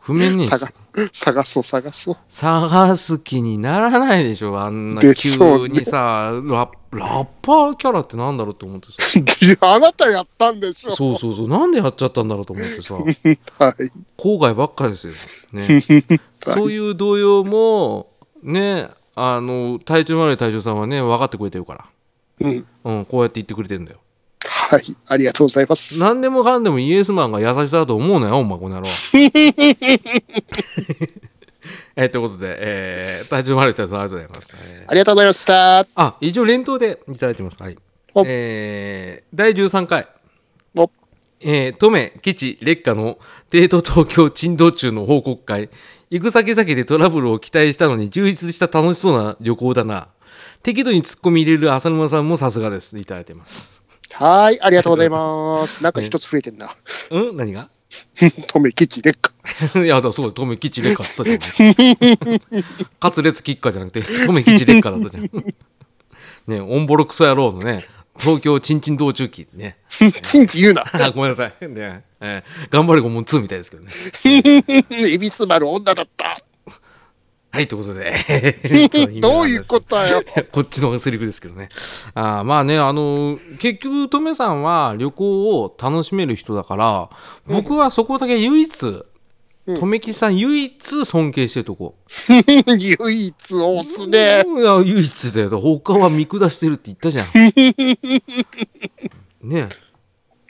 A: 不明ねえし
B: 探探そう、探そう。
A: 探す気にならないでしょ、あんな
B: でしょ
A: 急
B: うね
A: にさ、ララッパーキャラってなんだろうと思ってさ。
B: あなたやったんでしょ
A: そうそうそう、なんでやっちゃったんだろうと思ってさ、
B: はい。
A: 後悔ばっかですよ。 ね。そういう動揺も、ね、あの、体調の悪い隊長さんはね、分かってくれてるから。
B: うん。
A: うん、こうやって言ってくれてるんだよ。
B: はい。ありがとうございます。
A: 何でもかんでもイエスマンが優しさだと思うなよ、お前、この野郎。えーということで、えー、体調の悪い隊長さんありがとうございました。えー
B: ありがとうございました。
A: あ、一応連投でいただいてます。はい
B: お。
A: えー、第13回。
B: お
A: えー、トメ、ケチ、劣化のデート東京珍道中の報告会。行く先々でトラブルを期待したのに充実した楽しそうな旅行だな。適度に突っ込み入れる浅沼さんもさすがです。いただいてます。
B: はい。ありがとうございます。なんか一つ増えてんな。
A: うん何が
B: トメ吉劣化。
A: いや、だそう、トメ、ケチ、劣化って言ってたじゃん。 カツレツキッカじゃなくて、トメ、ケチ、劣化だったじゃん。 ねオンボロクソ野郎のね、東京チンチン道中期ね。
B: チンチ言うな。
A: あごめんなさい。ねえー頑張れゴモン2みたいですけどね。
B: エビス丸女だった。
A: はい、ということで。
B: どういうことだよ。
A: と こっちのセリフですけどね。あーまあね、あのー結局、トメさんは旅行を楽しめる人だから、僕はそこだけ唯一、とめきさん唯一尊敬してるとこ。
B: 唯一押すね。
A: いや、唯一だよ。他は見下してるって言ったじゃん。ねえ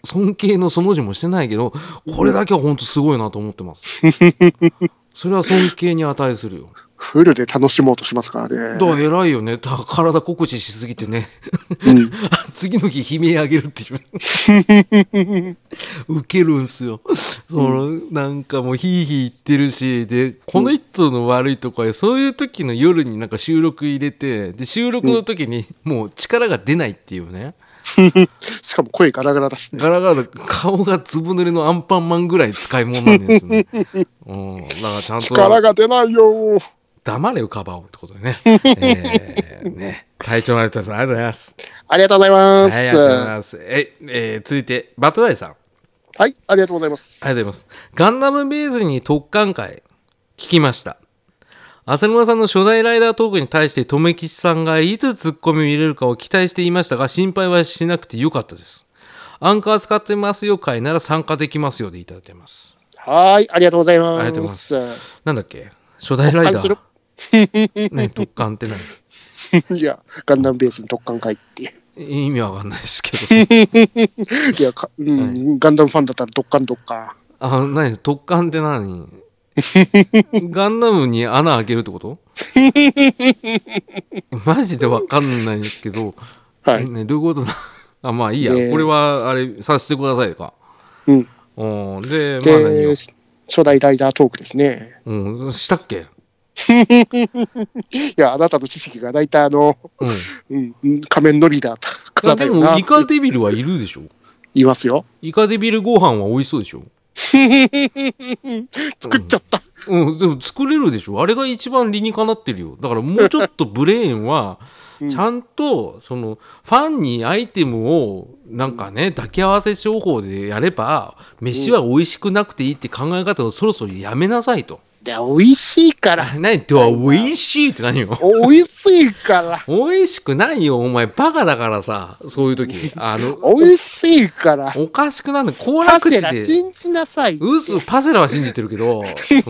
A: 尊敬のその字もしてないけど、これだけは本当すごいなと思ってます。それは尊敬に値するよ。
B: フルで楽しもうとしますから
A: だ
B: ね。
A: から偉いよね。た体酷使しすぎてね。
B: うん
A: 次の日悲鳴あげるって いう。ウケるんすよ。その、なんかもうヒーヒー言ってるし、で、この人の悪いとこは、そういう時の夜になんか収録入れて、で、収録の時にもう力が出ないっていうね。
B: しかも声ガラガラだしね。
A: ガラガラ、顔がずぶ濡れのアンパンマンぐらい使い物なんです よね。うん。だからちゃんと。
B: 力が出ないよ。
A: 黙れよ、カバオってことでね。えー、ね。体調のある人さん、ありがとうございます。
B: ありがとうございま
A: はい、ありがとうござい
B: す。
A: ます。え、えー続いて、バットダイさん。
B: はい。ありがとうございます。
A: ありがとうございます。ガンダムベースに特艦会、聞きました。浅沼さんの初代ライダートークに対して、留吉さんがいつツッコミを入れるかを期待していましたが、心配はしなくてよかったです。アンカー使ってますよ会なら参加できますよでいただいてます。
B: はい。ありがとうござい
A: ありがとう
B: ま
A: ご
B: す。
A: なんだっけ初代ライダ
B: 特
A: ー。ね、特艦って何
B: いや、ガンダムベースの特艦会って。
A: 意味わかんないですけど。
B: いや、かうん、ガンダムファンだったらドッカンドッカン。
A: あ、何特艦って 何ガンダムに穴開けるってこと マジでわかんないんですけど。
B: はい。
A: ね、どういうこと だあ、まあいいや。
B: で
A: これは、あれ、させてくださいか。
B: うん。
A: うん。で、まあ何を
B: で、初代ライダートークですね。
A: うん、したっけ
B: いや、あなたの知識が大体あの、
A: うん。い
B: うん、うん仮面のリーダーとか
A: や、
B: だ
A: で
B: よな
A: も、
B: っ
A: イ
B: て
A: カデビルはいるでしょ
B: 言いますよ。
A: イカデビルご飯は美味しそうでしょ
B: 作っちゃった。
A: うん、でも作れるでしょあれが一番理にかなってるよ。だからもうちょっとブレーンは、ちゃんと、その、ファンにアイテムを、なんかね、抱き合わせ商法でやれば、飯は美味しくなくていいって考え方をそろそろやめなさいと。
B: で、美味しいから。
A: 何では美味しいって何よ
B: 美味しいから。
A: 美味しくないよ、お前。バカだからさ、そういう 時。あの、
B: 美味しいから。
A: おかしくなるの。行
B: パ
A: 楽
B: セ
A: 地
B: ラ
A: で。
B: 信じなさい。
A: 嘘、パセラは信じてるけど、その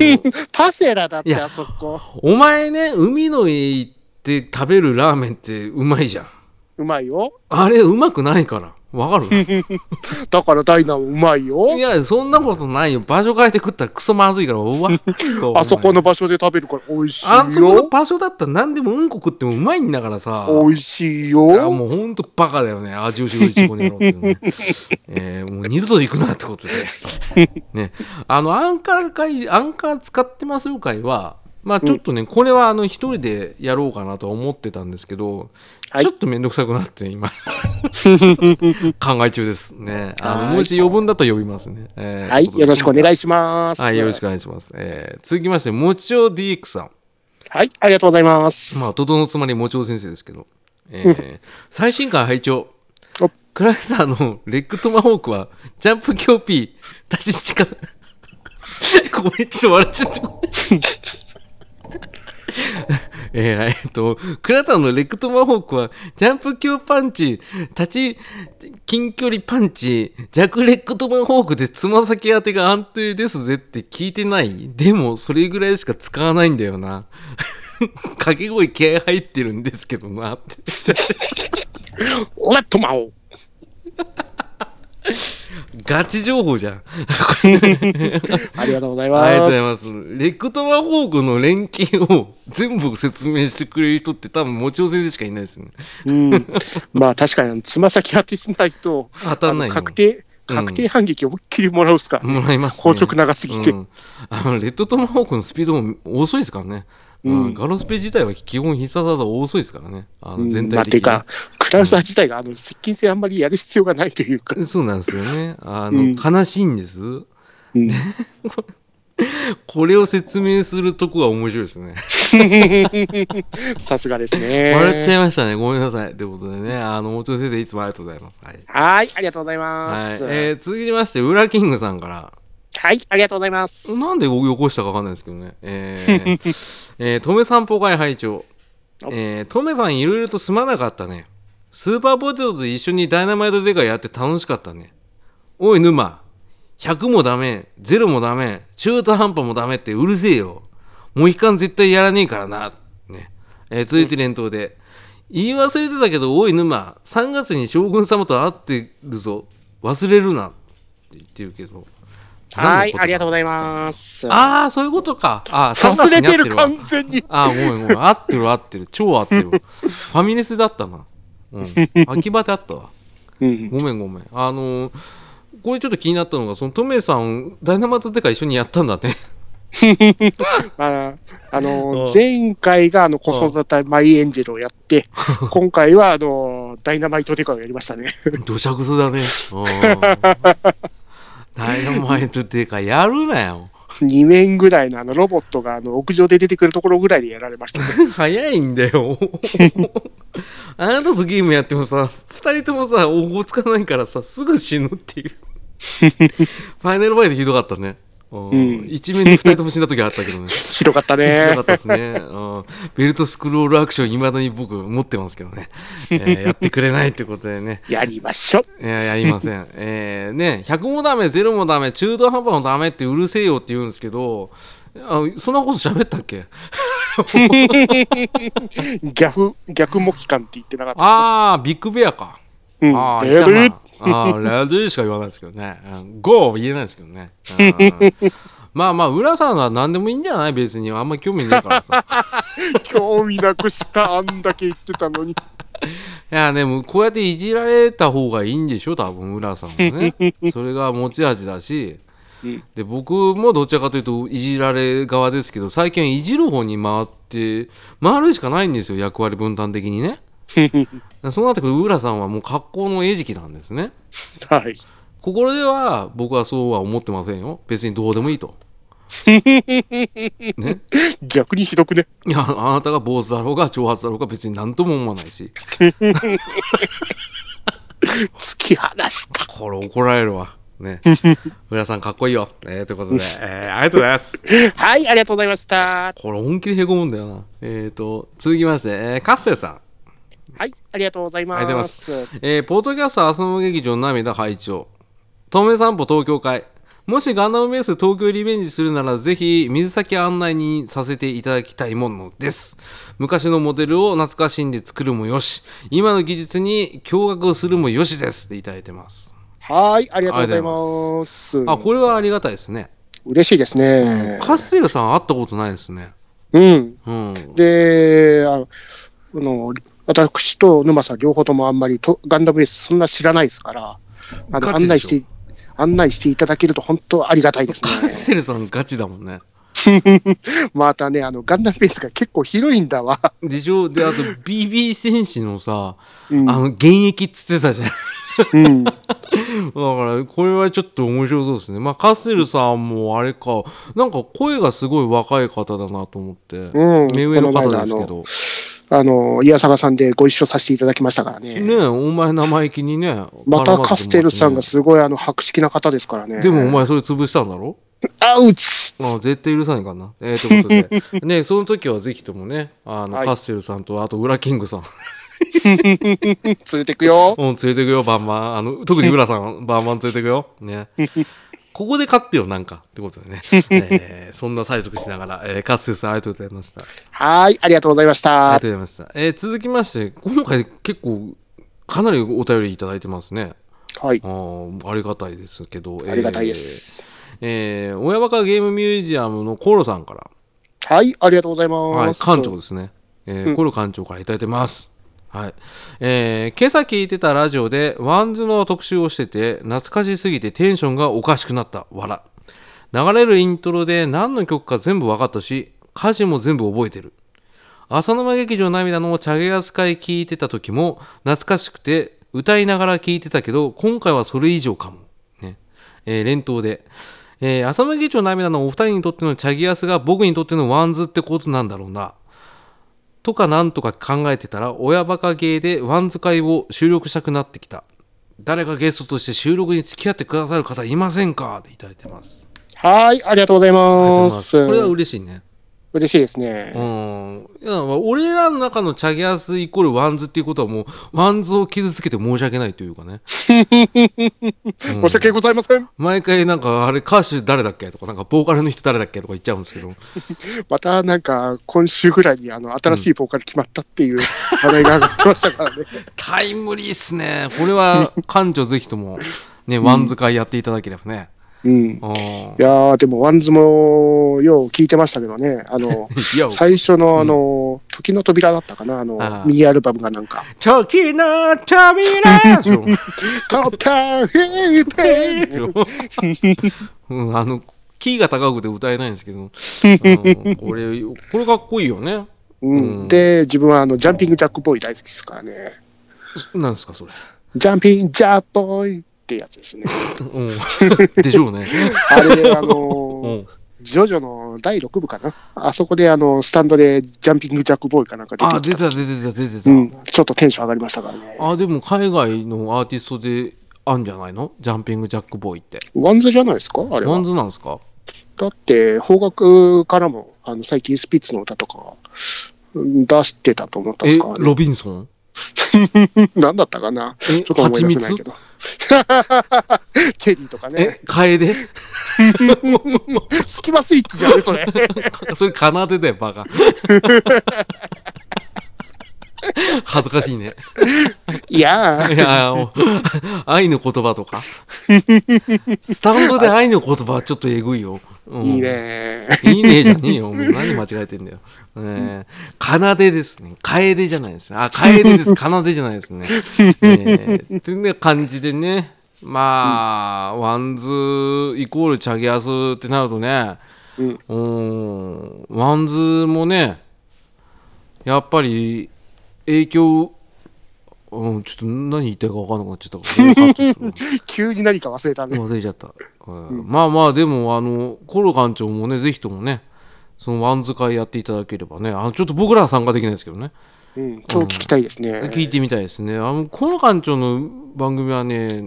B: パセラだっ
A: い
B: て
A: や
B: あそこ。
A: お前ね、海の家行って食べるラーメンってうまいじゃん。
B: うまいよ。
A: あれ、うまくないから。わかる
B: だからダイナもうまいよ。
A: いや、そんなことないよ。場所変えて食ったらクソまずいから、うわ。
B: あそこの場所で食べるから美味し
A: あ
B: い
A: そこの
B: よ。
A: 場所だったら何でもうんこ食ってもうまいんだからさ。
B: 美味しい
A: いや
B: よ。
A: もうほんとバカだよね。味をしごいちこにやろうって、ね えーもう二度と行くなってこと で。ね。あの、アンカー会、アンカー使ってますよ会は、まあちょっとね、これはあの、一人でやろうかなとは思ってたんですけど、
B: はい
A: ちょっとめんどくさくなって、 今、考え中ですね。あ
B: は
A: の
B: い
A: もし余分だと呼びますね。えー
B: はい、よろしくお願いします。
A: はい、よろしくお願いします。えー続きまして、もちお DX さん。
B: はい、ありがとうございます。
A: まあ、とどのつまり、もちお先生ですけど、えー 最新刊拝聴
B: お
A: クライサーのレッグトマホークは、ジャンプキョーピー、立ち力。 ごめん、ちょっと笑っちゃった。 えー、えっと、クラタンのレッグトマホークは、ジャンプ強パンチ、立ち、近距離パンチ、弱レッグトマホークでつま先当てが安定ですぜって聞いてないでも、それぐらいしか使わないんだよな。 掛け声気合入ってるんですけどなって。
B: おらっとまおう。
A: ガチ情報じ ゃん。
B: ありがとうございます。
A: ありがとうございます。レッグトマホークの連携を全部説明してくれる人って多分、もちろん先生しかいないですね。
B: うん、まあ確かに、つま先当てしないと、
A: 当たんないの
B: あの確定、
A: うん
B: 確定反撃思いっきりもらうっすから、
A: もらいます、ね。
B: 硬直長すぎて、
A: うんあのレッドトマホークのスピードも遅いですからね、うん
B: うん
A: ガロスペ自体は基本必殺技遅いですからねあ
B: う
A: の
B: ん
A: 全
B: ま
A: 体
B: あ、て
A: 的に、
B: か、クラウザー自体があの接近戦あんまりやる必要がないというか、
A: そうなんですよねあの、
B: うん
A: 悲しいんです
B: うん
A: これを説明するとこが面白いですね、
B: さすがですね。
A: 笑っちゃいましたねごめんなさいということでねあのもちろん先生いつもありがとうございますはい、
B: はい、ありがとうござい
A: は
B: ま
A: い
B: す。
A: えー続きましてウラキングさんから
B: はい、ありがとうございます。
A: なんで僕よこしたかわかんないですけどね。えー、えー、とめ散歩会拝聴。えー、とめさんいろいろとすまなかったね。スーパーポテトと一緒にダイナマイトデカやって楽しかったね。おい、沼。100もダメ、0もダメ、中途半端もダメってうるせえよ。モヒカン絶対やらねえからな。ね。えー続いて連投で。言い忘れてたけど、おい、沼。3月に将軍様と会ってるぞ。忘れるな。って言ってるけど。
B: はい、ありが
A: とう
B: とうございます。
A: ああ、そういうことか。ああ、
B: 忘れてる
A: 3月に合って
B: 完全に。
A: わああ、ごめんごめん。合ってる合ってる。超合 ってるわ。ファミレスだったな。うん。秋葉であったわ。
B: うん、
A: ごめんごめん。あのーこれちょっと気になったのが、そのトメさん、ダイナマイトデカ一緒にやったんだね。
B: ああの
A: うん
B: 前回があの子育てマイエンジェルをやって、今回はあのダイナマイトデカをやりましたね。
A: どしゃくそだね。うん。ダイナマイトデカやるなよ。
B: 2面ぐらいのあのロボットがあの屋上で出てくるところぐらいでやられまし たね。
A: 早いんだよ。 あなたとゲームやってもさ、二人ともさ、おごつかないからさ、すぐ死ぬっていう。ファイナルバイトひどかったね。うん
B: うん
A: 一面で二人とも死んだ時あったけどね。ひ
B: ひどかった
A: ど
B: ね
A: かっ。たですね。うんベルトスクロールアクション、いまだに僕持ってますけどね。えーやってくれないってことでね。
B: やりましょう。
A: いや、やりません。えーね、100もダメ、0もダメ、中途半端もダメってうるせえよって言うんですけど、あそんなこと喋ったっけ
B: 逆、逆模擬感って言ってなかった。
A: あー、ビッグベアか。
B: うん
A: ああ、い
B: レ
A: た
B: ド
A: な
B: ゥ
A: ああ、ラドゥしか言わないですけどね。うんゴーは言えないですけどね。うんまあまあ、浦さんは何でもいいんじゃない別に。あんま興味ないから さ。
B: 興味なくした、あんだけ言ってたのに。
A: いや、でも、こうやっていじられた方がいいんでしょ多分、浦さん はね。それが持ち味だし
B: うん。
A: で、僕もどちらかというと、いじられ側ですけど、最近いじる方に回って、回るしかないんですよ。役割分担的にね。そうなってくると、浦さんはもう格好の餌食なんですね。
B: はい。
A: 心では僕はそうは思ってませんよ別にどうでもいいと
B: 逆にひどくね。
A: いやあなたが坊主だろうが挑発だろうが別に何とも思わないし
B: 突き放した。
A: これ怒られるわ ね浦さんかっこいいよ、えー、ということで、えーありがとうございます
B: はい、ありがとうございました。
A: これ本気でへこむんだよなえっ、と続きまして、えーカッセルさん
B: はい、ありがとうござい
A: ありがとうご
B: ま
A: ざ
B: す。
A: えーポートキャスト浅野劇場涙拝聴透明散歩東京会もしガンダムベース東京リベンジするならぜひ水先案内にさせていただきたいものです昔のモデルを懐かしんで作るもよし今の技術に驚愕するもよしですっていただいてます
B: はーい、ありがとうございます。
A: あこれはありがたいですね
B: 嬉しいですね。
A: カステルさん会ったことないですね
B: うん。
A: うん
B: で、あの、あの私と沼さん両方ともあんまりとガンダムベースそんな知らないですから、あの
A: ガ
B: 案
A: チで
B: 内
A: しょ
B: して、案内していただけると本当ありがたいで す
A: カステ
B: ね。
A: ルさんガチだもんね
B: またね、あの、ガンダムベースが結構広いんだわ。
A: でしょであと BB 戦士のさ
B: うん
A: あ。の現役っつってたじゃんだか
B: うん
A: らこれはちょっと面白そうですねまあカステルさんもあれかなんか声がすごい若い方だなと思って、
B: うん
A: 目上の方ですけど
B: あの、岩坂さんでご一緒させていただきましたからね。
A: ねえお前生意気にね
B: ま
A: 絡
B: た
A: ってもらってね
B: カステルさんがすごいあの、博識な方ですからね。
A: でもお前それ潰したんだろ
B: アウチ
A: あ絶対許さないかな。えー、ということで、ね、その時はぜひともね、あの、
B: はい
A: カステルさんと、あと、ウラキングさん、
B: 連れてくよ。
A: うん、連れてくよ、バンバン。あの、特に浦さん、バンバン連れてくよ。 ね。ここで勝ってよ、なんか。ってことでね。えーそんな催促しながら、えー、カステルさん、ありがとうございました。
B: はーい、ありがとうございまし
A: あり
B: た
A: が。とうございました。えー続きまして、今回結構、かなりお便りいただいてますね。
B: はい
A: あ。ーありがたいですけど。えー
B: ありがたいで。す。
A: えー、親バカゲームミュージアムのコロさんから、
B: はい、ありがとうござい
A: はい、
B: ます。
A: 館長ですね。えーコロ館長からいただいてます。はい。えー今朝聞いてたラジオで、ワンズの特集をしてて、懐かしすぎてテンションがおかしくなった。笑。流れるイントロで何の曲か全部分かったし、歌詞も全部覚えてる。浅沼劇場涙のチャゲアス会聞いてた時も懐かしくて歌いながら聞いてたけど今回はそれ以上かも、ねえー連投で、えー浅沼劇場涙のお二人にとってのチャゲアスが僕にとってのワンズってことなんだろうなとかなんとか考えてたら親バカゲーでワンズ会を収録したくなってきた誰かゲストとして収録に付き合ってくださる方いませんかっていただいてます
B: はい、ありがとうござい
A: ありがとうご
B: ま。
A: ざいますこれは嬉しいね
B: 嬉しいですね。
A: うん。いや、俺らの中のチャゲアスイコールワンズっていうことはもう、ワンズを傷つけて申し訳ないというかね。
B: 申し訳ございません。
A: 毎回なんか、あれ歌手誰だっけとか、なんかボーカルの人誰だっけとか言っちゃうんですけど。
B: またなんか、今週ぐらいにあの新しいボーカル決まったっていう話題が上がってましたから ね。
A: タイムリーっすね。これ は、館長ぜひとも、ね、ワンズ会やっていただければね。
B: うん。い
A: うん。
B: やー、でも、ワンズもよう聞いてましたけどね。 あの、
A: いや、
B: 最初のあの、時の扉だったかな、あ
A: あ
B: の
A: あ、
B: ミニアルバムがなんか。
A: 時の扉でしょ
B: トタヘイテン
A: うん、あの、キーが高くて歌えないんですけど、うんこれ、これかっこいいよね。
B: うん、で、自分はあのジャンピングジャックボーイ大好きですからね。
A: なんですか、それ。
B: ジャンピングジャックボーイってやつですね。
A: うん、でしょうね。
B: あれで、あの
A: う
B: ー
A: ん、
B: ジョジョの第6部かな。あそこで、あの、スタンドでジャンピングジャックボーイかなんか出
A: あ、
B: てき
A: 出
B: た。
A: た、出てた、出てた。
B: うん、ちょっとテンション上がりましたからね。
A: あ、でも海外のアーティストであんじゃないのジャンピングジャックボーイって。
B: ワンズじゃないですかあれ
A: ワ
B: は
A: ン。ズなんですか
B: だって、邦楽からも、あの、最近スピッツの歌とか、うん出してたと思ったんで
A: え
B: すか、らね
A: ロビンソン
B: 何だったかな
A: え
B: ちょっと思い出せないけど。 チェリーとかね。
A: え、カエデ
B: スキマスイッチじゃんね、 それ。
A: それ奏でだよ、 バカ。恥ずかしいね。
B: いやー
A: いや、お愛の言葉と か。スタンドで愛の言葉はちょっとえぐいよ。うん
B: いいねー。
A: いいねじゃねえよ。もう何間違えてんだよ。えー、かなでですね。かえでじゃないですね。あ、かえでです。かなでじゃないですね。えー、ってね、感じでね。まあ、ワンズイコールチャゲアスってなるとね、
B: うん
A: うん、ワンズもね、やっぱり影響、うん、ちょっと何言いたいか分かんなくなっちゃったから、カットす るわ
B: 急に何か忘れたね。
A: 忘れちゃった、うんまあまあでもあのコロ館長もねぜひともねそのワンズ会やっていただければねあのちょっと僕らは参加できないですけどね、
B: うん、超聞きたいですね。
A: 聞いてみたいですねあのコロ館長の番組はね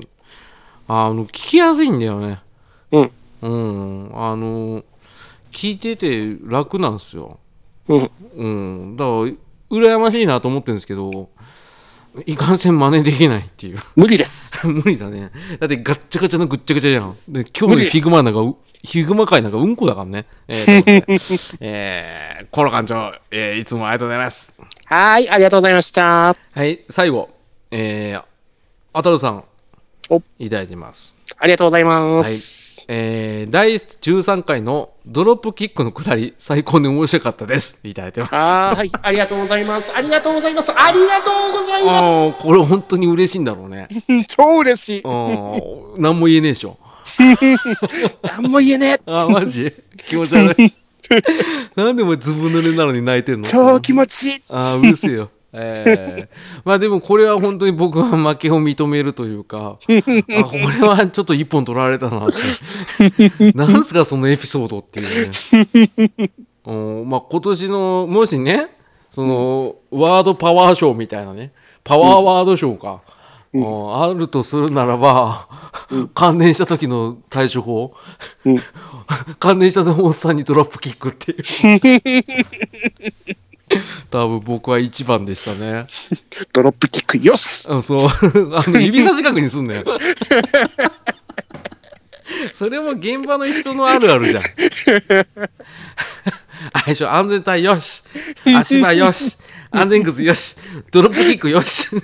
A: あの聞きやすいんだよね
B: うん、
A: うんあの聞いてて楽なんですよ
B: うん、
A: うんだから羨ましいなと思ってるんですけどいかんせん真似できないっていう
B: 無理です。
A: 無理だねだってガッチャガチャのぐっちゃぐちゃじゃんで今日の
B: 無理で
A: ヒ
B: す
A: グマなんかうヒグマ界なんかうんこだからねえーということで えー、コロ館長、えーいつもありがとうございます
B: はーい、ありがとうございました。
A: はい最後えー、アタルさん
B: お
A: いただいてます
B: ありがとうございま
A: はい
B: す。、
A: えー、第13回のドロップキックのくだり最高に面白かったですいただいてます
B: はーい、ありがとうございます。ありがとうございます。ありがとうございま
A: あーこれ本当に嬉しいんだろうね。
B: す。超嬉しい
A: あ。ー何も言えねえでしょ。
B: 何も言えねえ。
A: あーマジ気持ち悪い。なんでもずぶ濡れなのに泣いてんの
B: 超気持ちいい。
A: ああ、うるせえよ。 ええまあでもこれは本当に僕は負けを認めるという か、あこれはちょっと一本取られたな って。なんすかそのエピソードっていうね。 うんまあ今年の、もしね、その、ワードパワーショーみたいなね、パワーワードショーか。うんあるとするならば、関連した時の対処法、 関連したおっさんにドロップキックっていう。多分僕は一番でしたね。
B: ドロップキック、よし。
A: あそう あの指差し確認すんなよ それも現場の人のあるあるじゃん あれでしょ安全帯よし足場よし安全靴よしドロップキックよし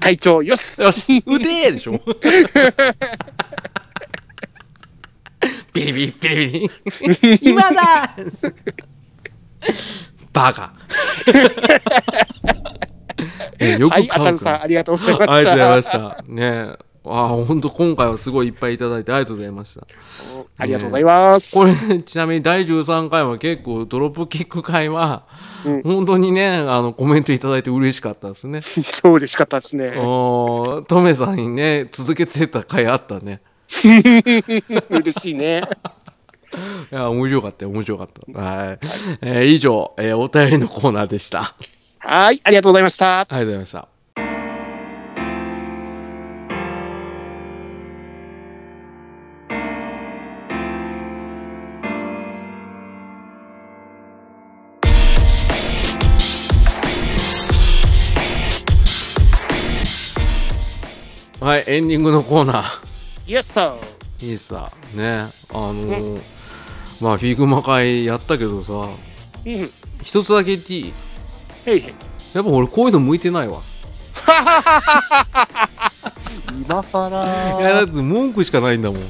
B: 体調、よし。
A: よし腕でしょ ビリビリビリビリ 今だバ カねよく
B: はい、あた
A: 噛む
B: る
A: か
B: さ
A: ら
B: ん、ありがとうございました。
A: ありがとうございました。ねえ。ああ、本当今回はすごいいっぱいいただいてありがとうございました。
B: ありがとうございます。
A: これ、ちなみに第13回は結構ドロップキック回は、本当にね、あの、コメントいただいて嬉しかった ですね。
B: 超嬉しかったですね。
A: おートメさんにね、続けてた回あったね。
B: 嬉しいね。
A: いや、面白かったよ、面白かった。はい。えー以上、えーお便りのコーナーでした。
B: はい、ありがとうございました。
A: ありがとうございました。はい、エンディングのコーナー。
B: イエスさん。
A: いいさ、ね、あのーまあ、フィグマ会やったけどさ、
B: うん。へ
A: 一つだけ言っていい
B: いへい。
A: やっぱ俺こういうの向いてないわ。
B: 今さ
A: いや、だっ
B: ら。
A: て文句しかないんだもん。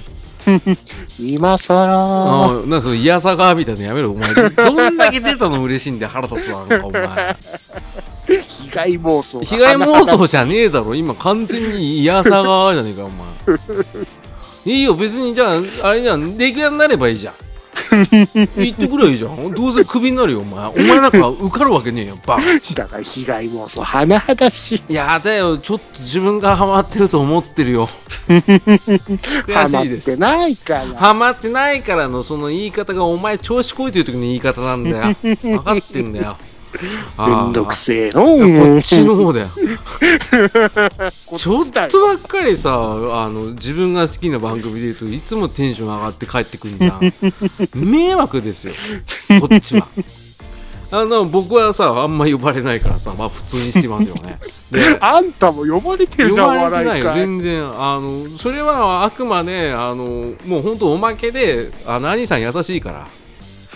B: 今さら。
A: ああ、なんかその、いやさがみたいなのやめろ、お前。どんだけ出たの嬉しいんで腹立つわ、なんかお前。
B: 被害妄想。
A: 被害妄想じゃねえだろ、今完全にいやさがじゃねえか、お前。いいよ、別にじゃあ、あれじゃん、レギュラーになればいいじゃん。言ってくればいいじゃん。どうせクビになるよ、お前。お前なんか受かるわけねえよ、バカ。
B: だから被害妄想、甚だしい。
A: やだよ、ちょっと自分がハマってると思ってる よ。
B: ハマ
A: 悔
B: っ
A: しいで
B: て
A: す。
B: ないから。
A: ハマってないからのその言い方がお前調子こいという時の言い方なんだ よ。分かってんだよ。
B: めんどくせえの。
A: あーこっちの 方だよ。
B: こ
A: ちょっ
B: ちだよ
A: とばっかりさあの自分が好きな番組で言うといつもテンション上がって帰ってくるじゃん 迷惑ですよこっちはあの僕はさあんま呼ばれないからさまあ普通にしてますよねで
B: あんたも呼ばれてる
A: 呼
B: じゃん、
A: ばれてな
B: 笑
A: い
B: い
A: よ
B: 会。
A: 全然あのそれはあくまであのもう本当おまけであの兄さん優しいから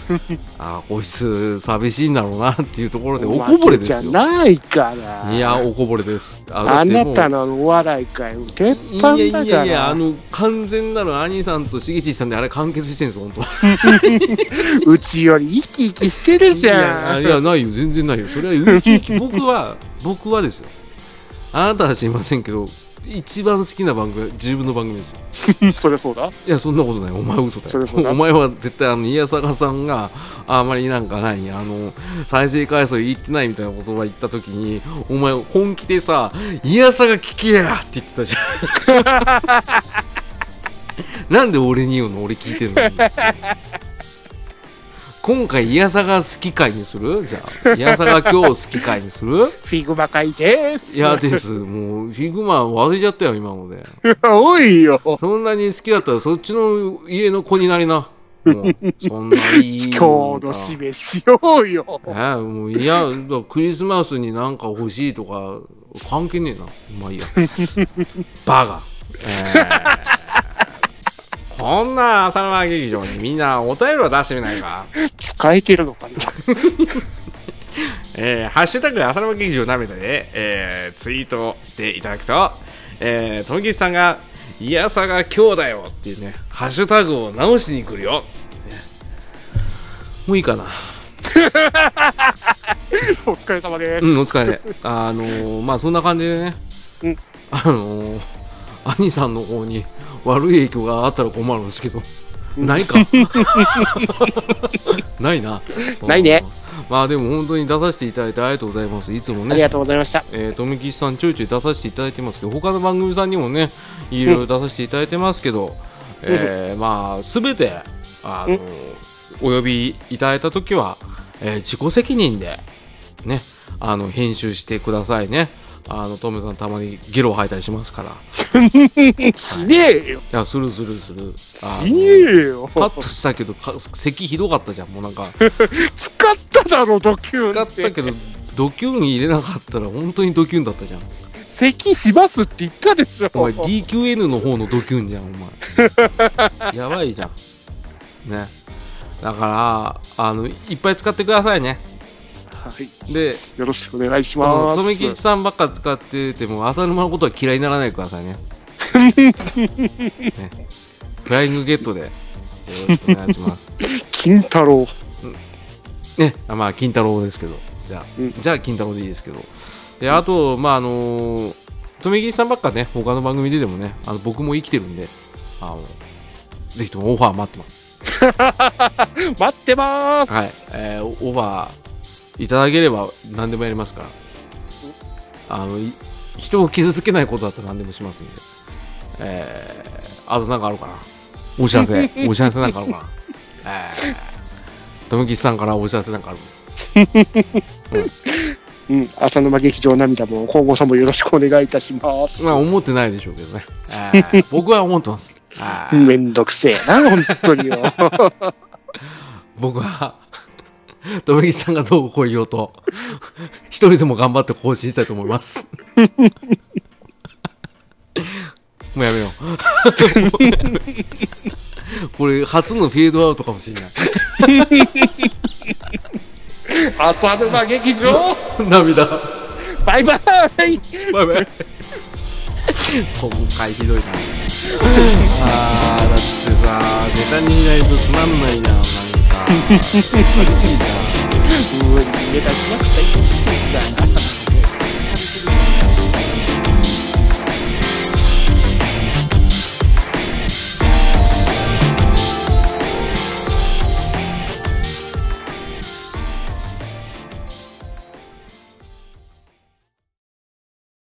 A: あーこいつ寂しいんだろうなっていうところでおこぼれです
B: じ
A: よ
B: ゃないから。
A: いやおこぼれです
B: あ
A: だって
B: な
A: もう
B: たのお笑い会、鉄
A: いや
B: 板
A: い
B: だから。
A: やいや、あの、完全なる兄さんとしげちさんであれ完結してるんですよ、本
B: うちより生き生きしてる
A: 当。
B: じゃ
A: い
B: ん。
A: や、いやないよ、全然ないよ。それは生き生 き、僕は、僕はですよ。あなたは知りませんけど、一番好きな番組、自分の番組です。
B: そりゃそうだ。
A: いや、そんなことない。お前は嘘だ
B: それそう
A: よ。
B: だ
A: お前は絶対、あの、宮坂さんがあまりなんかない、あの、再生回数言ってないみたいなことは言ったときに、お前本気でさ、宮坂聞けやって言ってたじゃ ん。なんで俺に言うの俺聞いてるのに。今回、宮坂好き会にするじゃあ、宮坂今日好き会にする
B: フィグマ会です。
A: いや、です。もう、フィグマ忘れちゃったよ、今ので。
B: 多いよ。
A: そんなに好きだったらそっちの家の子になりな。もうそんないい
B: 今日の締めしようよ。
A: えーもういやだからクリスマスになんか欲しいとか関係ねえなまあい いやバカ、えーこんな朝沼劇場にみんなお便りを出してみないか
B: 使えてるのかな
A: えーハッシュタグ朝沼劇場涙で、えーツイートしていただくと、えー、トンキチさんが、いやさが今日だよっていうね、ハッシュタグを直しに来るよ。ねもういいかな。
B: お疲れ様です。
A: うん、お疲 れ。あのーまあそんな感じでね、
B: うん
A: あのー兄さんの方に悪い影響があったら困るんですけど、ない か。ないな。
B: ないね
A: うん。まあでも本当に出させていただいてありがとうございます。いつも
B: あり
A: ね
B: が、とうございました。
A: えー、富吉さんちょいちょい出させていただいてますけど、他の番組さんにもね、いろいろ出させていただいてますけど、えーまあ、すべて、あの、お呼びいただいたときは、えー自己責任で、ね、あの、編集してくださいね。あの、トムさんたまにゲロ吐いたりしますから。い
B: しねえよ。
A: や、するするする。あ
B: し
A: の
B: ねえよ。
A: カットしたけど、か咳ひどかったじゃん、もうなんか。
B: 使っただろ、ドキュ
A: 使
B: ンっ。
A: ってたけど、ドキュン入れなかったら、本当にドキュンだったじゃん。
B: 咳しますって言ったでしょ。
A: お前 DQN の方のドキュンじゃんお 前やばいじゃんねだからあのいっぱい使ってくださいね
B: はい。
A: で
B: よろしくお願いし
A: あの
B: ます。
A: 留吉さんばっか使ってても浅沼のことは嫌いにならないでくださいね ねフライングゲットでよろしくお願いします
B: 金太郎。
A: ね、あまあ金太郎ですけどじゃあ、
B: うん
A: じゃあ金太郎でいいですけどであとまああのー富木さんばっかね他の番組ででもねあの僕も生きてるんであのぜひともオファー待ってます
B: 待ってまー
A: はい
B: す。、
A: えーオファーいただければ何でもやりますからあのい人を傷つけないことだったら何でもしますんでえー、あとなんかあるかなお知らせお知らせなんかあるかなえー富木さんからお知らせなんかある
B: うん。浅沼劇場涙も、今後ともよろしくお願いいたします
A: ま。あ思ってないでしょうけどね。えー僕は思ってます。あー
B: めんどくせえな、本当によ。
A: 僕は、富木さんがどうこう言おうと、一人でも頑張って更新したいと思います。もうやめよう。これ初のフェードアウトかもしれない。
B: 浅沼劇場、
A: 涙。
B: バイ
A: バイバ
B: バイ
A: イ。今回ひどいな。あー、だってさ、ネタにいないとつまんないな、なんか。寂しいな。
B: うん、ネタしなくていいんだな。